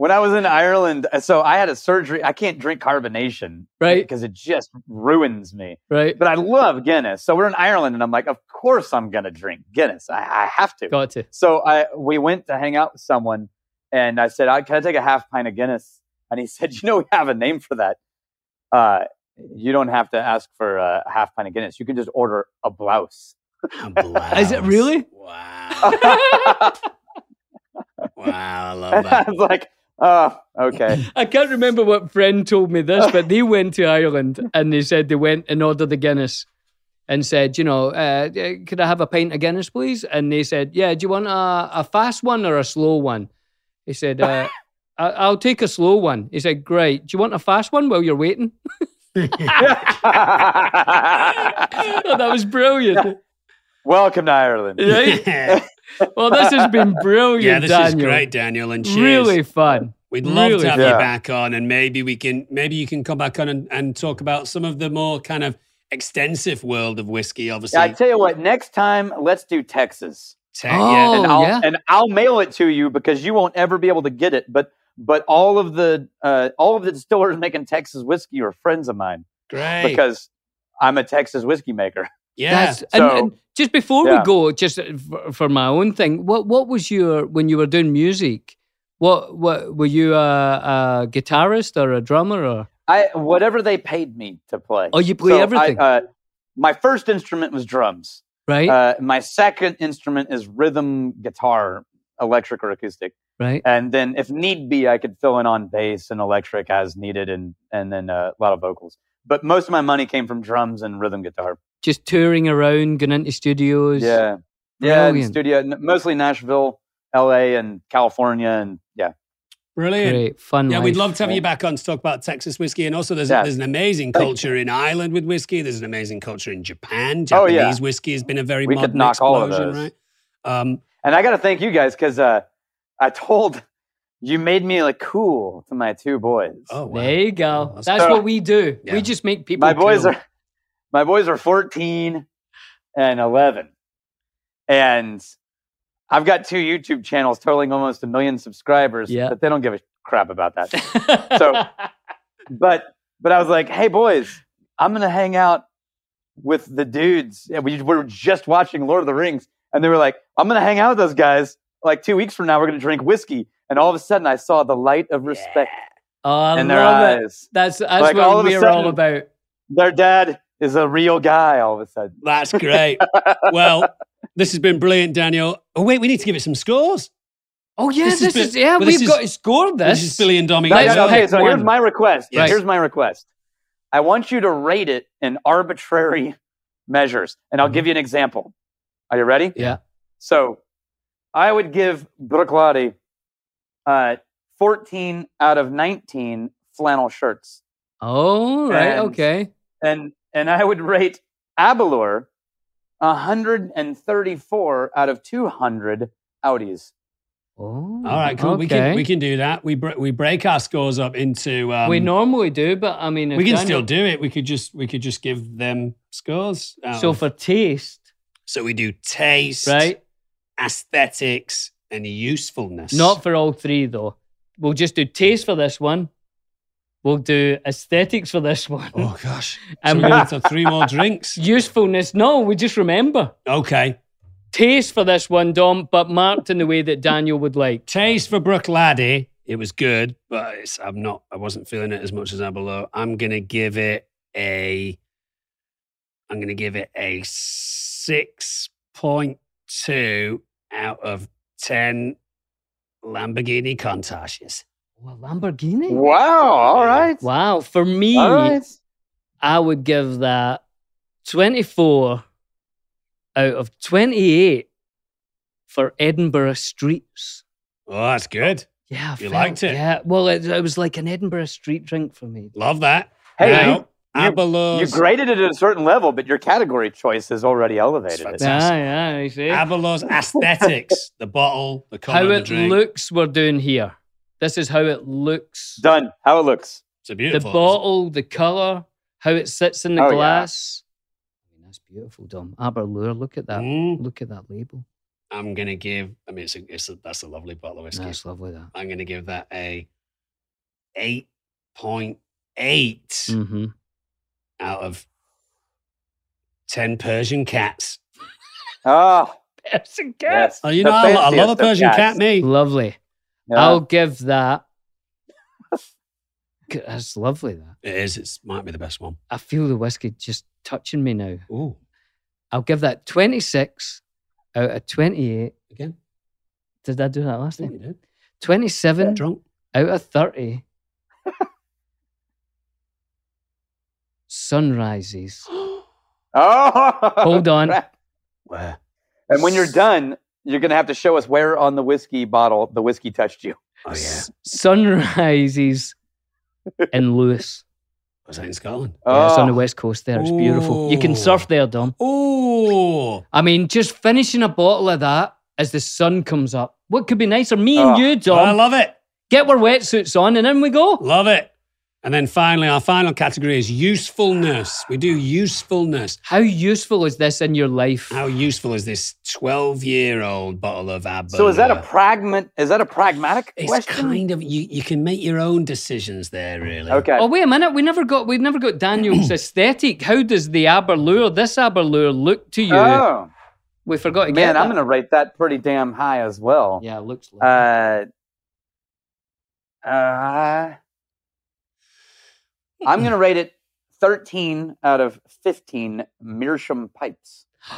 Speaker 8: When I was in Ireland, uh, so I had a surgery. I can't drink carbonation
Speaker 3: right?
Speaker 8: because it just ruins me.
Speaker 3: Right.
Speaker 8: But I love Guinness. So we're in Ireland, and I'm like, of course I'm going to drink Guinness. I, I have to.
Speaker 3: Got to.
Speaker 8: So I we went to hang out with someone, and I said, I, "Can I take a half pint of Guinness?" And he said, "You know, we have a name for that. Uh, you don't have to ask for a half pint of Guinness. You can just order a blouse."
Speaker 3: Is it really?
Speaker 2: Wow.
Speaker 8: I
Speaker 2: Wow. I love that.
Speaker 8: was like, "Oh, okay."
Speaker 3: I can't remember what friend told me this, but they went to Ireland and they said they went and ordered the Guinness and said, you know, uh, uh, could I have a pint of Guinness, please? And they said, yeah, do you want a, a fast one or a slow one? He said, uh, I- I'll take a slow one. He said, great. Do you want a fast one while you're waiting? Oh, that was brilliant.
Speaker 8: Welcome to Ireland.
Speaker 3: Right? Well, this has been brilliant,
Speaker 2: yeah, this
Speaker 3: Daniel.
Speaker 2: is great, Daniel. And cheers.
Speaker 3: Really fun.
Speaker 2: We'd love
Speaker 3: Really?
Speaker 2: to have
Speaker 8: Yeah.
Speaker 2: you back on, and maybe we can maybe you can come back on and, and talk about some of the more kind of extensive world of whiskey. Obviously,
Speaker 8: Yeah, I tell you what, next time let's do Texas.
Speaker 2: Te-
Speaker 3: Oh,
Speaker 8: and I'll
Speaker 3: yeah.
Speaker 8: and I'll mail it to you because you won't ever be able to get it. But but all of the uh, all of the distillers making Texas whiskey are friends of mine
Speaker 2: yeah, great.
Speaker 8: because I'm a Texas whiskey maker.
Speaker 2: yeah,
Speaker 3: That's, and,
Speaker 8: so-
Speaker 3: and just before
Speaker 8: yeah.
Speaker 3: we go, just for, for my own thing, what what was your when you were doing music? What what were you a, a guitarist or a drummer or?
Speaker 8: I whatever they paid me to play.
Speaker 3: Oh, you play
Speaker 8: So I,
Speaker 3: everything.
Speaker 8: uh, my first instrument was drums.
Speaker 3: Right,
Speaker 8: Uh, my second instrument is rhythm guitar, electric or acoustic.
Speaker 3: right.
Speaker 8: And then, if need be, I could fill in on bass and electric as needed, and and then uh, a lot of vocals. But most of my money came from drums and rhythm guitar.
Speaker 3: Just touring around, going into studios.
Speaker 8: Yeah. Yeah, in
Speaker 3: Brilliant.
Speaker 8: studio, n- mostly Nashville, LA, and California. And yeah,
Speaker 2: brilliant.
Speaker 3: great fun.
Speaker 2: Yeah, we'd love
Speaker 3: life.
Speaker 2: to have you back on to talk about Texas whiskey, and also there's
Speaker 8: Yeah.
Speaker 2: there's an amazing
Speaker 8: Thank you.
Speaker 2: culture in Ireland with whiskey. There's an amazing culture in Japan.
Speaker 8: Oh,
Speaker 2: Japanese
Speaker 8: yeah.
Speaker 2: whiskey has been a very
Speaker 8: We could
Speaker 2: modern
Speaker 8: knock all of
Speaker 2: explosion,
Speaker 8: those.
Speaker 2: right? Um,
Speaker 8: and I got to thank you guys because uh, I told you made me look cool to my two boys.
Speaker 2: oh, wow.
Speaker 3: There you go.
Speaker 2: That's-
Speaker 3: That's
Speaker 8: So-
Speaker 3: what we do.
Speaker 2: Yeah.
Speaker 3: We just make people.
Speaker 8: my boys
Speaker 3: cool.
Speaker 8: are my boys are 14 and 11, and I've got two YouTube channels totaling almost a million subscribers.
Speaker 3: Yeah.
Speaker 8: but they don't give a crap about that. so- but but I was like, hey boys, I'm gonna hang out with the dudes. And we were just watching Lord of the Rings, and they were like, I'm gonna hang out with those guys. Like two weeks from now, we're gonna drink whiskey. And all of a sudden, I saw the light of respect
Speaker 3: oh, I
Speaker 8: in their
Speaker 3: love it.
Speaker 8: eyes.
Speaker 3: That's that's
Speaker 8: Like,
Speaker 3: what
Speaker 8: all of a
Speaker 3: we're
Speaker 8: sudden-
Speaker 3: all about.
Speaker 8: Their dad is a real guy. All of a sudden,
Speaker 2: That's great. well, this has been brilliant, Daniel. Oh wait, we need to give it some scores.
Speaker 3: Oh yeah,
Speaker 2: This is
Speaker 3: this,
Speaker 2: bi-
Speaker 3: is, yeah.
Speaker 2: well, this
Speaker 3: we've
Speaker 2: is-
Speaker 3: got to score this.
Speaker 2: This is Billy and Dominic.
Speaker 8: No,
Speaker 3: Let's
Speaker 8: no, no, okay.
Speaker 3: pick
Speaker 8: So
Speaker 3: one.
Speaker 8: here's my request.
Speaker 2: Yes.
Speaker 8: Here's my request. I want you to rate it in arbitrary measures, and
Speaker 2: Mm-hmm.
Speaker 8: I'll give you an example. Are you ready?
Speaker 3: Yeah.
Speaker 8: So I would give Brooklady uh, 14 out of 19 flannel shirts.
Speaker 3: Oh right,
Speaker 8: And-
Speaker 3: okay.
Speaker 8: And and I would rate Abelor 134 out of 200 Audis.
Speaker 3: Oh, all
Speaker 2: All right, cool. We can we can do that. We br- we break our scores up into. Um,
Speaker 3: we normally do, but I mean,
Speaker 2: we
Speaker 3: if
Speaker 2: can
Speaker 3: Daniel-
Speaker 2: still do it. We could just we could just give them scores. out
Speaker 3: So
Speaker 2: of-
Speaker 3: for taste,
Speaker 2: so we do taste,
Speaker 3: right?
Speaker 2: aesthetics, and usefulness.
Speaker 3: Not for all three though. We'll just do taste for this one. We'll do aesthetics for this one.
Speaker 2: Oh gosh. And
Speaker 3: And we-
Speaker 2: we need to three more drinks.
Speaker 3: Usefulness? No, we just remember
Speaker 2: Okay.
Speaker 3: taste for this one, Dom, but marked in the way that Daniel would like.
Speaker 2: Taste for Brook Laddie. It was good, but it's, I'm not. I wasn't feeling it as much as Abelo. I'm gonna give it a. I'm gonna give it a six point two out of ten Lamborghini Contashes.
Speaker 3: Oh, a Lamborghini?
Speaker 8: Wow. All
Speaker 2: Yeah.
Speaker 8: right.
Speaker 3: Wow. For me,
Speaker 8: All right.
Speaker 3: I would give that 24 out of 28 for Edinburgh streets.
Speaker 2: Oh, that's good.
Speaker 3: Yeah, I
Speaker 2: You
Speaker 3: felt-
Speaker 2: liked it.
Speaker 3: Yeah, well, it, it was like an Edinburgh street drink for me.
Speaker 2: Love that.
Speaker 8: Hey,
Speaker 2: now,
Speaker 8: you- You
Speaker 2: Abelos.
Speaker 8: graded it at a certain level, but your category choice has already elevated
Speaker 2: That's
Speaker 8: it.
Speaker 3: Yeah, Ah, yeah, you see.
Speaker 2: Abelos aesthetics. the bottle, the color
Speaker 3: how
Speaker 2: of the
Speaker 3: it
Speaker 2: drink.
Speaker 3: looks, we're doing here. This is how it looks.
Speaker 8: Done. How it looks.
Speaker 2: it's a
Speaker 3: The
Speaker 2: beautiful.
Speaker 3: bottle, the color, how it sits in the
Speaker 8: Oh, yeah.
Speaker 3: glass. I mean, that's beautiful, Dom. Aberlour, look at that.
Speaker 2: Mm,
Speaker 3: Look at that label.
Speaker 2: I'm gonna give. I mean, it's a, it's a, that's a lovely bottle of whiskey.
Speaker 3: That's lovely, that.
Speaker 2: I'm gonna give that a eight point eight
Speaker 3: Mm-hmm.
Speaker 2: out of ten Persian cats.
Speaker 8: Ah,
Speaker 3: Persian
Speaker 8: yes.
Speaker 2: Oh, you
Speaker 8: The
Speaker 2: know, I, lo- I love a
Speaker 8: fanciest of
Speaker 2: Persian cat,
Speaker 8: cats.
Speaker 2: me.
Speaker 3: Lovely.
Speaker 8: Yeah.
Speaker 3: I'll give that. G- That's lovely, that.
Speaker 2: It is. It's might be the best one.
Speaker 3: I feel the whiskey just touching me now.
Speaker 2: Ooh,
Speaker 3: I'll give that 26 out of 28.
Speaker 2: again.
Speaker 3: Did I do that last
Speaker 2: I think you
Speaker 3: time?
Speaker 2: did.
Speaker 3: 27
Speaker 2: Drunk.
Speaker 3: out of 30. Sunrises.
Speaker 8: Oh,
Speaker 3: Hold on.
Speaker 2: Where?
Speaker 8: And when you're done, you're going to have to show us where on the whiskey bottle the whiskey touched you.
Speaker 2: Oh yeah.
Speaker 3: S- Sunrises in Lewis.
Speaker 2: Was that in Scotland?
Speaker 3: Yeah, it's on the
Speaker 8: Oh.
Speaker 3: west coast there. It's beautiful. You can surf there, Dom.
Speaker 2: Oh,
Speaker 3: I mean, just finishing a bottle of that as the sun comes up. What could be nicer? Me and
Speaker 8: Oh,
Speaker 3: you,
Speaker 2: I
Speaker 3: Dom,
Speaker 2: love it.
Speaker 3: get our wetsuits on and in we go.
Speaker 2: Love it. And then finally, our final category is usefulness. We do usefulness.
Speaker 3: How useful is this in your life?
Speaker 2: How useful is this 12 year old bottle of Abba?
Speaker 8: So is that a pragmat? Is that a pragmatic
Speaker 2: It's
Speaker 8: question?
Speaker 2: kind of, you, you can make your own decisions there, really.
Speaker 8: okay.
Speaker 3: Oh wait a minute! We never got we never got Daniel's aesthetic. How does the Aberlour, this Aberlour, look to you?
Speaker 8: Oh,
Speaker 3: we forgot to get
Speaker 8: man, I'm
Speaker 3: that.
Speaker 8: going to rate that pretty damn high as well.
Speaker 3: Yeah, it looks like.
Speaker 8: Uh, uh, I'm
Speaker 3: Hmm.
Speaker 8: going to rate it 13 out of 15 Meerschaum pipes.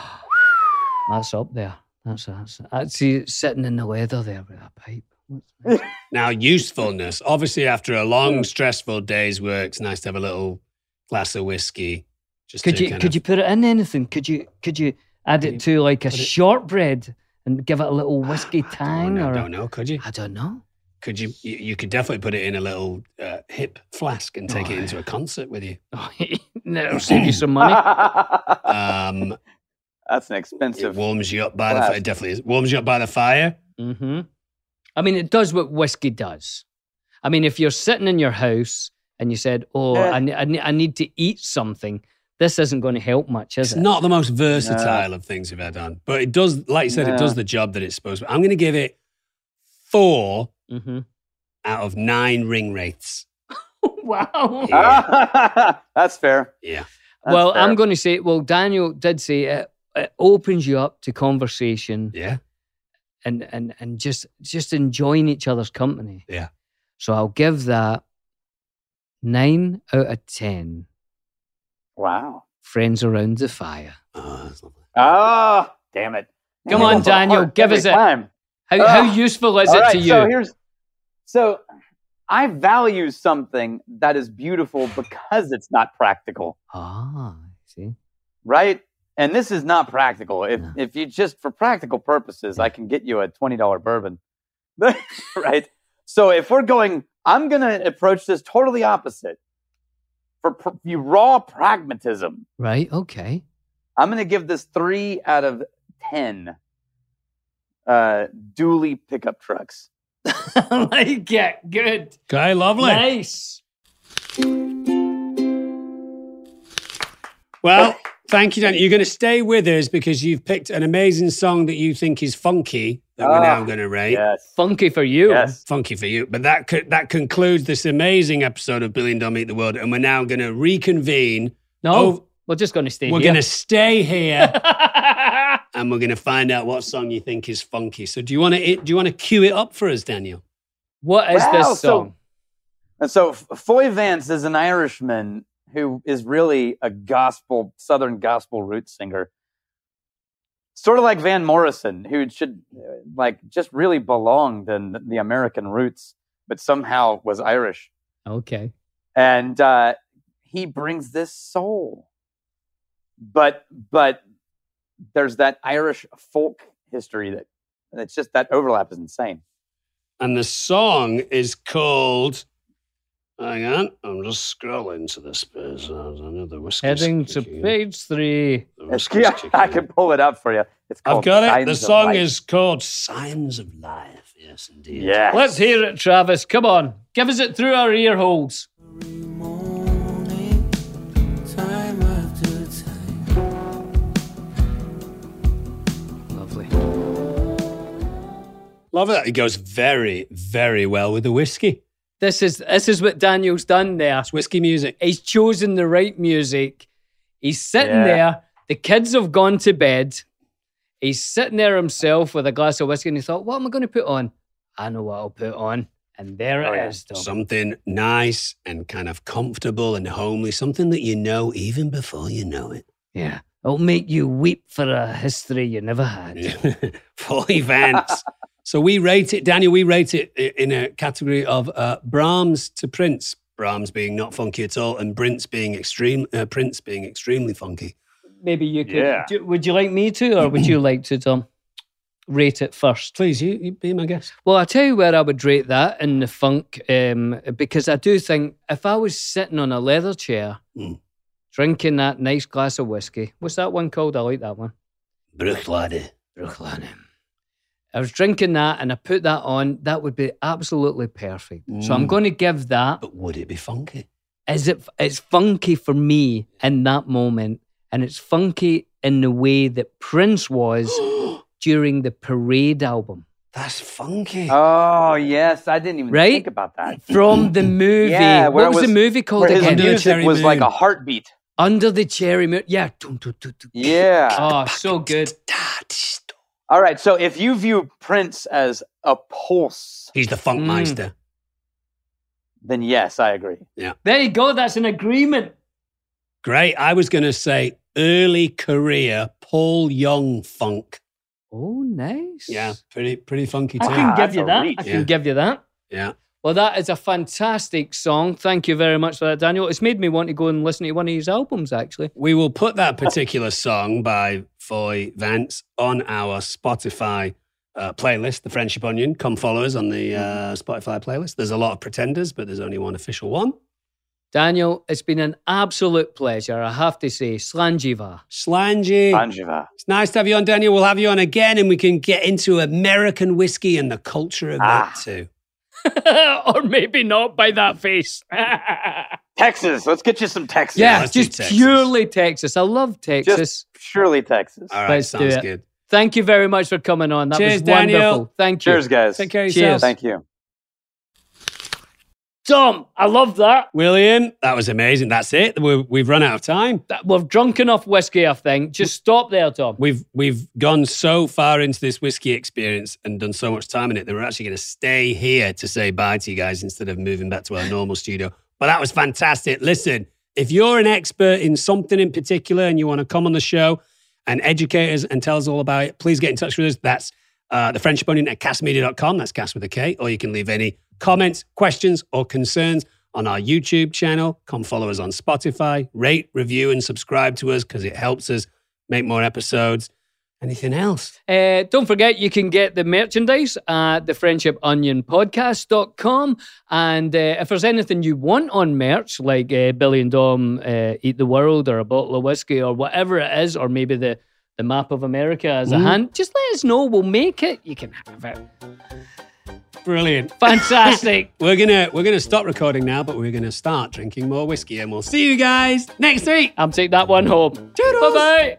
Speaker 3: That's up there. That's that's. I see it sitting in the leather there with a pipe. What's that?
Speaker 2: Now, usefulness. Obviously, after a long, stressful day's work, it's nice to have a little glass of whiskey. Just
Speaker 3: could
Speaker 2: to
Speaker 3: you
Speaker 2: kind
Speaker 3: could
Speaker 2: of-
Speaker 3: you put it in anything? Could you could you add
Speaker 2: you
Speaker 3: it to like a
Speaker 2: put it-
Speaker 3: shortbread and give it a little whiskey tang
Speaker 2: I
Speaker 3: or?
Speaker 2: Oh, don't know. Could you?
Speaker 3: I don't know.
Speaker 2: Could you? You, you could definitely put it in a little uh, hip flask and take it into a concert with you.
Speaker 3: That'll save you some money.
Speaker 2: Um,
Speaker 8: Uh, That's an
Speaker 2: it
Speaker 8: expensive.
Speaker 2: warms you up by the fire.
Speaker 8: Flask.
Speaker 2: Definitely is. warms you up by the fire.
Speaker 3: Mm-hmm. I mean, it does what whiskey does. I mean, if you're sitting in your house and you said, "Oh,
Speaker 8: Yeah.
Speaker 3: I, ne- I, ne- I need to eat something," this isn't going to help much, is
Speaker 2: It's
Speaker 3: it?
Speaker 2: not the most versatile of things you've ever done, but it does, like you said, it does
Speaker 8: No.
Speaker 2: the job that it's supposed to. I'm going to give it four
Speaker 3: Mm-hmm.
Speaker 2: out of nine ring wraiths.
Speaker 3: wow.
Speaker 8: That's fair.
Speaker 2: Yeah.
Speaker 8: That's
Speaker 3: well,
Speaker 8: fair.
Speaker 3: I'm going to say, well, Daniel did say it, it opens you up to conversation
Speaker 2: Yeah.
Speaker 3: and, and, and just just enjoying each other's company.
Speaker 2: Yeah.
Speaker 3: So I'll give that nine out of 10
Speaker 8: Wow.
Speaker 3: friends around the fire.
Speaker 2: Oh, that's lovely.
Speaker 8: Ah, damn it.
Speaker 3: Come
Speaker 8: You
Speaker 3: on,
Speaker 8: go for the
Speaker 3: Daniel,
Speaker 8: heart
Speaker 3: give
Speaker 8: every
Speaker 3: us it.
Speaker 8: time.
Speaker 3: How, how
Speaker 8: Ah,
Speaker 3: useful is
Speaker 8: All
Speaker 3: it
Speaker 8: right,
Speaker 3: to you?
Speaker 8: So here's so I value something that is beautiful because it's not practical,
Speaker 3: ah, see?
Speaker 8: right? And this is not practical. If
Speaker 3: No.
Speaker 8: if you just for practical purposes, I can get you a twenty dollar bourbon. right? So if we're going, I'm gonna approach this totally opposite. For pr- you raw pragmatism,
Speaker 3: Right, okay.
Speaker 8: I'm gonna give this three out of ten uh dually pickup trucks.
Speaker 3: like it. Good.
Speaker 2: Okay, lovely.
Speaker 3: Nice.
Speaker 2: Well, thank you, Dan. You're going to stay with us because you've picked an amazing song that you think is funky that we're
Speaker 8: Ah,
Speaker 2: now going to rate.
Speaker 8: Yes.
Speaker 3: Funky for you.
Speaker 8: Yes.
Speaker 2: Funky for you, but that co- that concludes this amazing episode of Billy and Dom Eat the World, and we're now going to reconvene.
Speaker 3: No,
Speaker 2: Oh.
Speaker 3: we're just going to stay
Speaker 2: we're
Speaker 3: here.
Speaker 2: going to stay here,
Speaker 3: to.
Speaker 2: and we're going to find out what song you think is funky. So, do you want to do you want to cue it up for us, Daniel?
Speaker 3: what is
Speaker 8: Wow, so-
Speaker 3: this song?
Speaker 8: And so F- Foy Vance is an Irishman who is really a gospel, Southern gospel roots singer. Sort of like Van Morrison, who should uh, like just really belonged in the American roots, but somehow was Irish.
Speaker 3: okay.
Speaker 8: And uh, he brings this soul. But but there's that Irish folk history that and it's just that overlap is insane.
Speaker 2: And the song is called. Hang on, I'm just scrolling to this page. I know the whiskey.
Speaker 3: Heading to page three.
Speaker 8: Yeah, I can pull it up for you. It's called
Speaker 2: I've got it.
Speaker 8: Signs
Speaker 2: The
Speaker 8: of
Speaker 2: song
Speaker 8: Life.
Speaker 2: is called Signs of Life. Yes, indeed.
Speaker 8: Yes.
Speaker 3: Let's hear it, Travis. Come on. Give us it through our ear holes.
Speaker 9: Time after time.
Speaker 3: Lovely.
Speaker 2: Love it. It goes very, very well with the whiskey.
Speaker 3: This is this is what Daniel's done there. It's
Speaker 2: whiskey music.
Speaker 3: He's chosen the right music. He's sitting
Speaker 2: Yeah.
Speaker 3: there. The kids have gone to bed. He's sitting there himself with a glass of whiskey, and he thought, "What am I going to put on? I know what I'll put on." And there it is. Dom.
Speaker 2: Something nice and kind of comfortable and homely, something that you know even before you know it.
Speaker 3: Yeah. It'll make you weep for a history you never had.
Speaker 2: Full events. so we rate it, Daniel, we rate it i- in a category of uh, Brahms to Prince. Brahms being not funky at all, and Prince being extreme, uh, Prince being extremely funky.
Speaker 3: Maybe you could.
Speaker 2: Yeah.
Speaker 3: do- would you like me to, or would you like to, Tom? Rate it first,
Speaker 2: please. You, you be my guest.
Speaker 3: Well, I tell you where I would rate that in the funk, um, because I do think if I was sitting on a leather chair,
Speaker 2: Mm.
Speaker 3: drinking that nice glass of whiskey, what's that one called? I like that one.
Speaker 2: Bruchlade.
Speaker 3: Bruchlade. I was drinking that, and I put that on. That would be absolutely perfect. So I'm
Speaker 2: Mm.
Speaker 3: going to give that.
Speaker 2: But would it be funky?
Speaker 3: Is it? It's funky for me in that moment, and it's funky in the way that Prince was during the Parade album.
Speaker 2: That's funky.
Speaker 8: Oh yes, I didn't even
Speaker 3: Right?
Speaker 8: think about that.
Speaker 3: from the movie.
Speaker 8: Yeah, where
Speaker 3: what was,
Speaker 8: it
Speaker 3: the
Speaker 8: was-
Speaker 3: movie called
Speaker 8: where his
Speaker 3: again?
Speaker 8: music Under the was Cherry like a Moon. heartbeat.
Speaker 3: Under the cherry moon. Yeah.
Speaker 8: Yeah.
Speaker 3: Oh, so good.
Speaker 8: All right. So if you view Prince as a pulse,
Speaker 2: he's the funkmeister.
Speaker 8: Then yes, I agree.
Speaker 2: Yeah.
Speaker 3: There you go. That's an agreement.
Speaker 2: Great. I was going to say early career Paul Young funk.
Speaker 3: Oh, nice.
Speaker 2: Yeah, pretty pretty funky
Speaker 3: I
Speaker 2: too.
Speaker 8: Ah,
Speaker 3: can give you that. I can
Speaker 2: Yeah.
Speaker 3: give you that.
Speaker 2: Yeah.
Speaker 3: Well, that is a fantastic song. Thank you very much for that, Daniel. It's made me want to go and listen to one of his albums, actually.
Speaker 2: We will put that particular song by Foy Vance on our Spotify uh, playlist, The Friendship Onion. Come follow us on the uh, Spotify playlist. There's a lot of pretenders, but there's only one official one.
Speaker 3: Daniel, it's been an absolute pleasure, I have to say. Slanjiva.
Speaker 2: Slangy.
Speaker 8: Slanjiva.
Speaker 2: It's nice to have you on, Daniel. We'll have you on again and we can get into American whiskey and the culture of that too.
Speaker 3: or maybe not by that face.
Speaker 8: Texas. Let's get you some Texas.
Speaker 3: Yeah, just purely Texas. I love Texas.
Speaker 8: purely Texas.
Speaker 2: All
Speaker 3: Let's do it. Thank you very much for coming on. That was
Speaker 8: Cheers,
Speaker 3: wonderful.
Speaker 8: Daniel.
Speaker 3: Thank you.
Speaker 8: Cheers, guys. Take care of yourselves. Thank you.
Speaker 3: Tom, I love that.
Speaker 2: William, that was amazing. That's it. We're, we've run out of time.
Speaker 3: That- We've drunk enough whiskey, I think. Just stop there, Tom.
Speaker 2: We've we've gone so far into this whiskey experience and done so much time in it that we're actually going to stay here to say bye to you guys instead of moving back to our normal studio. But that was fantastic. Listen, if you're an expert in something in particular and you want to come on the show and educate us and tell us all about it, please get in touch with us. That's uh, the Friendship Onion at castmedia.com. That's cast with a K. Or you can leave any comments, questions, or concerns on our YouTube channel. Come follow us on Spotify. Rate, review, and subscribe to us because it helps us make more episodes. Anything else?
Speaker 3: Uh, don't forget, you can get the merchandise at the Friendship Onion Podcast.com. And uh, if there's anything you want on merch, like uh, Billy and Dom uh, Eat the World or a bottle of whiskey or whatever it is, or maybe the, the map of America as a
Speaker 2: Mm.
Speaker 3: hand, just let us know. We'll make it. You can have it.
Speaker 2: Brilliant.
Speaker 3: Fantastic.
Speaker 2: we're gonna we're gonna stop recording now, but we're gonna start drinking more whiskey and we'll see you guys next week.
Speaker 3: I'm take that one home. Bye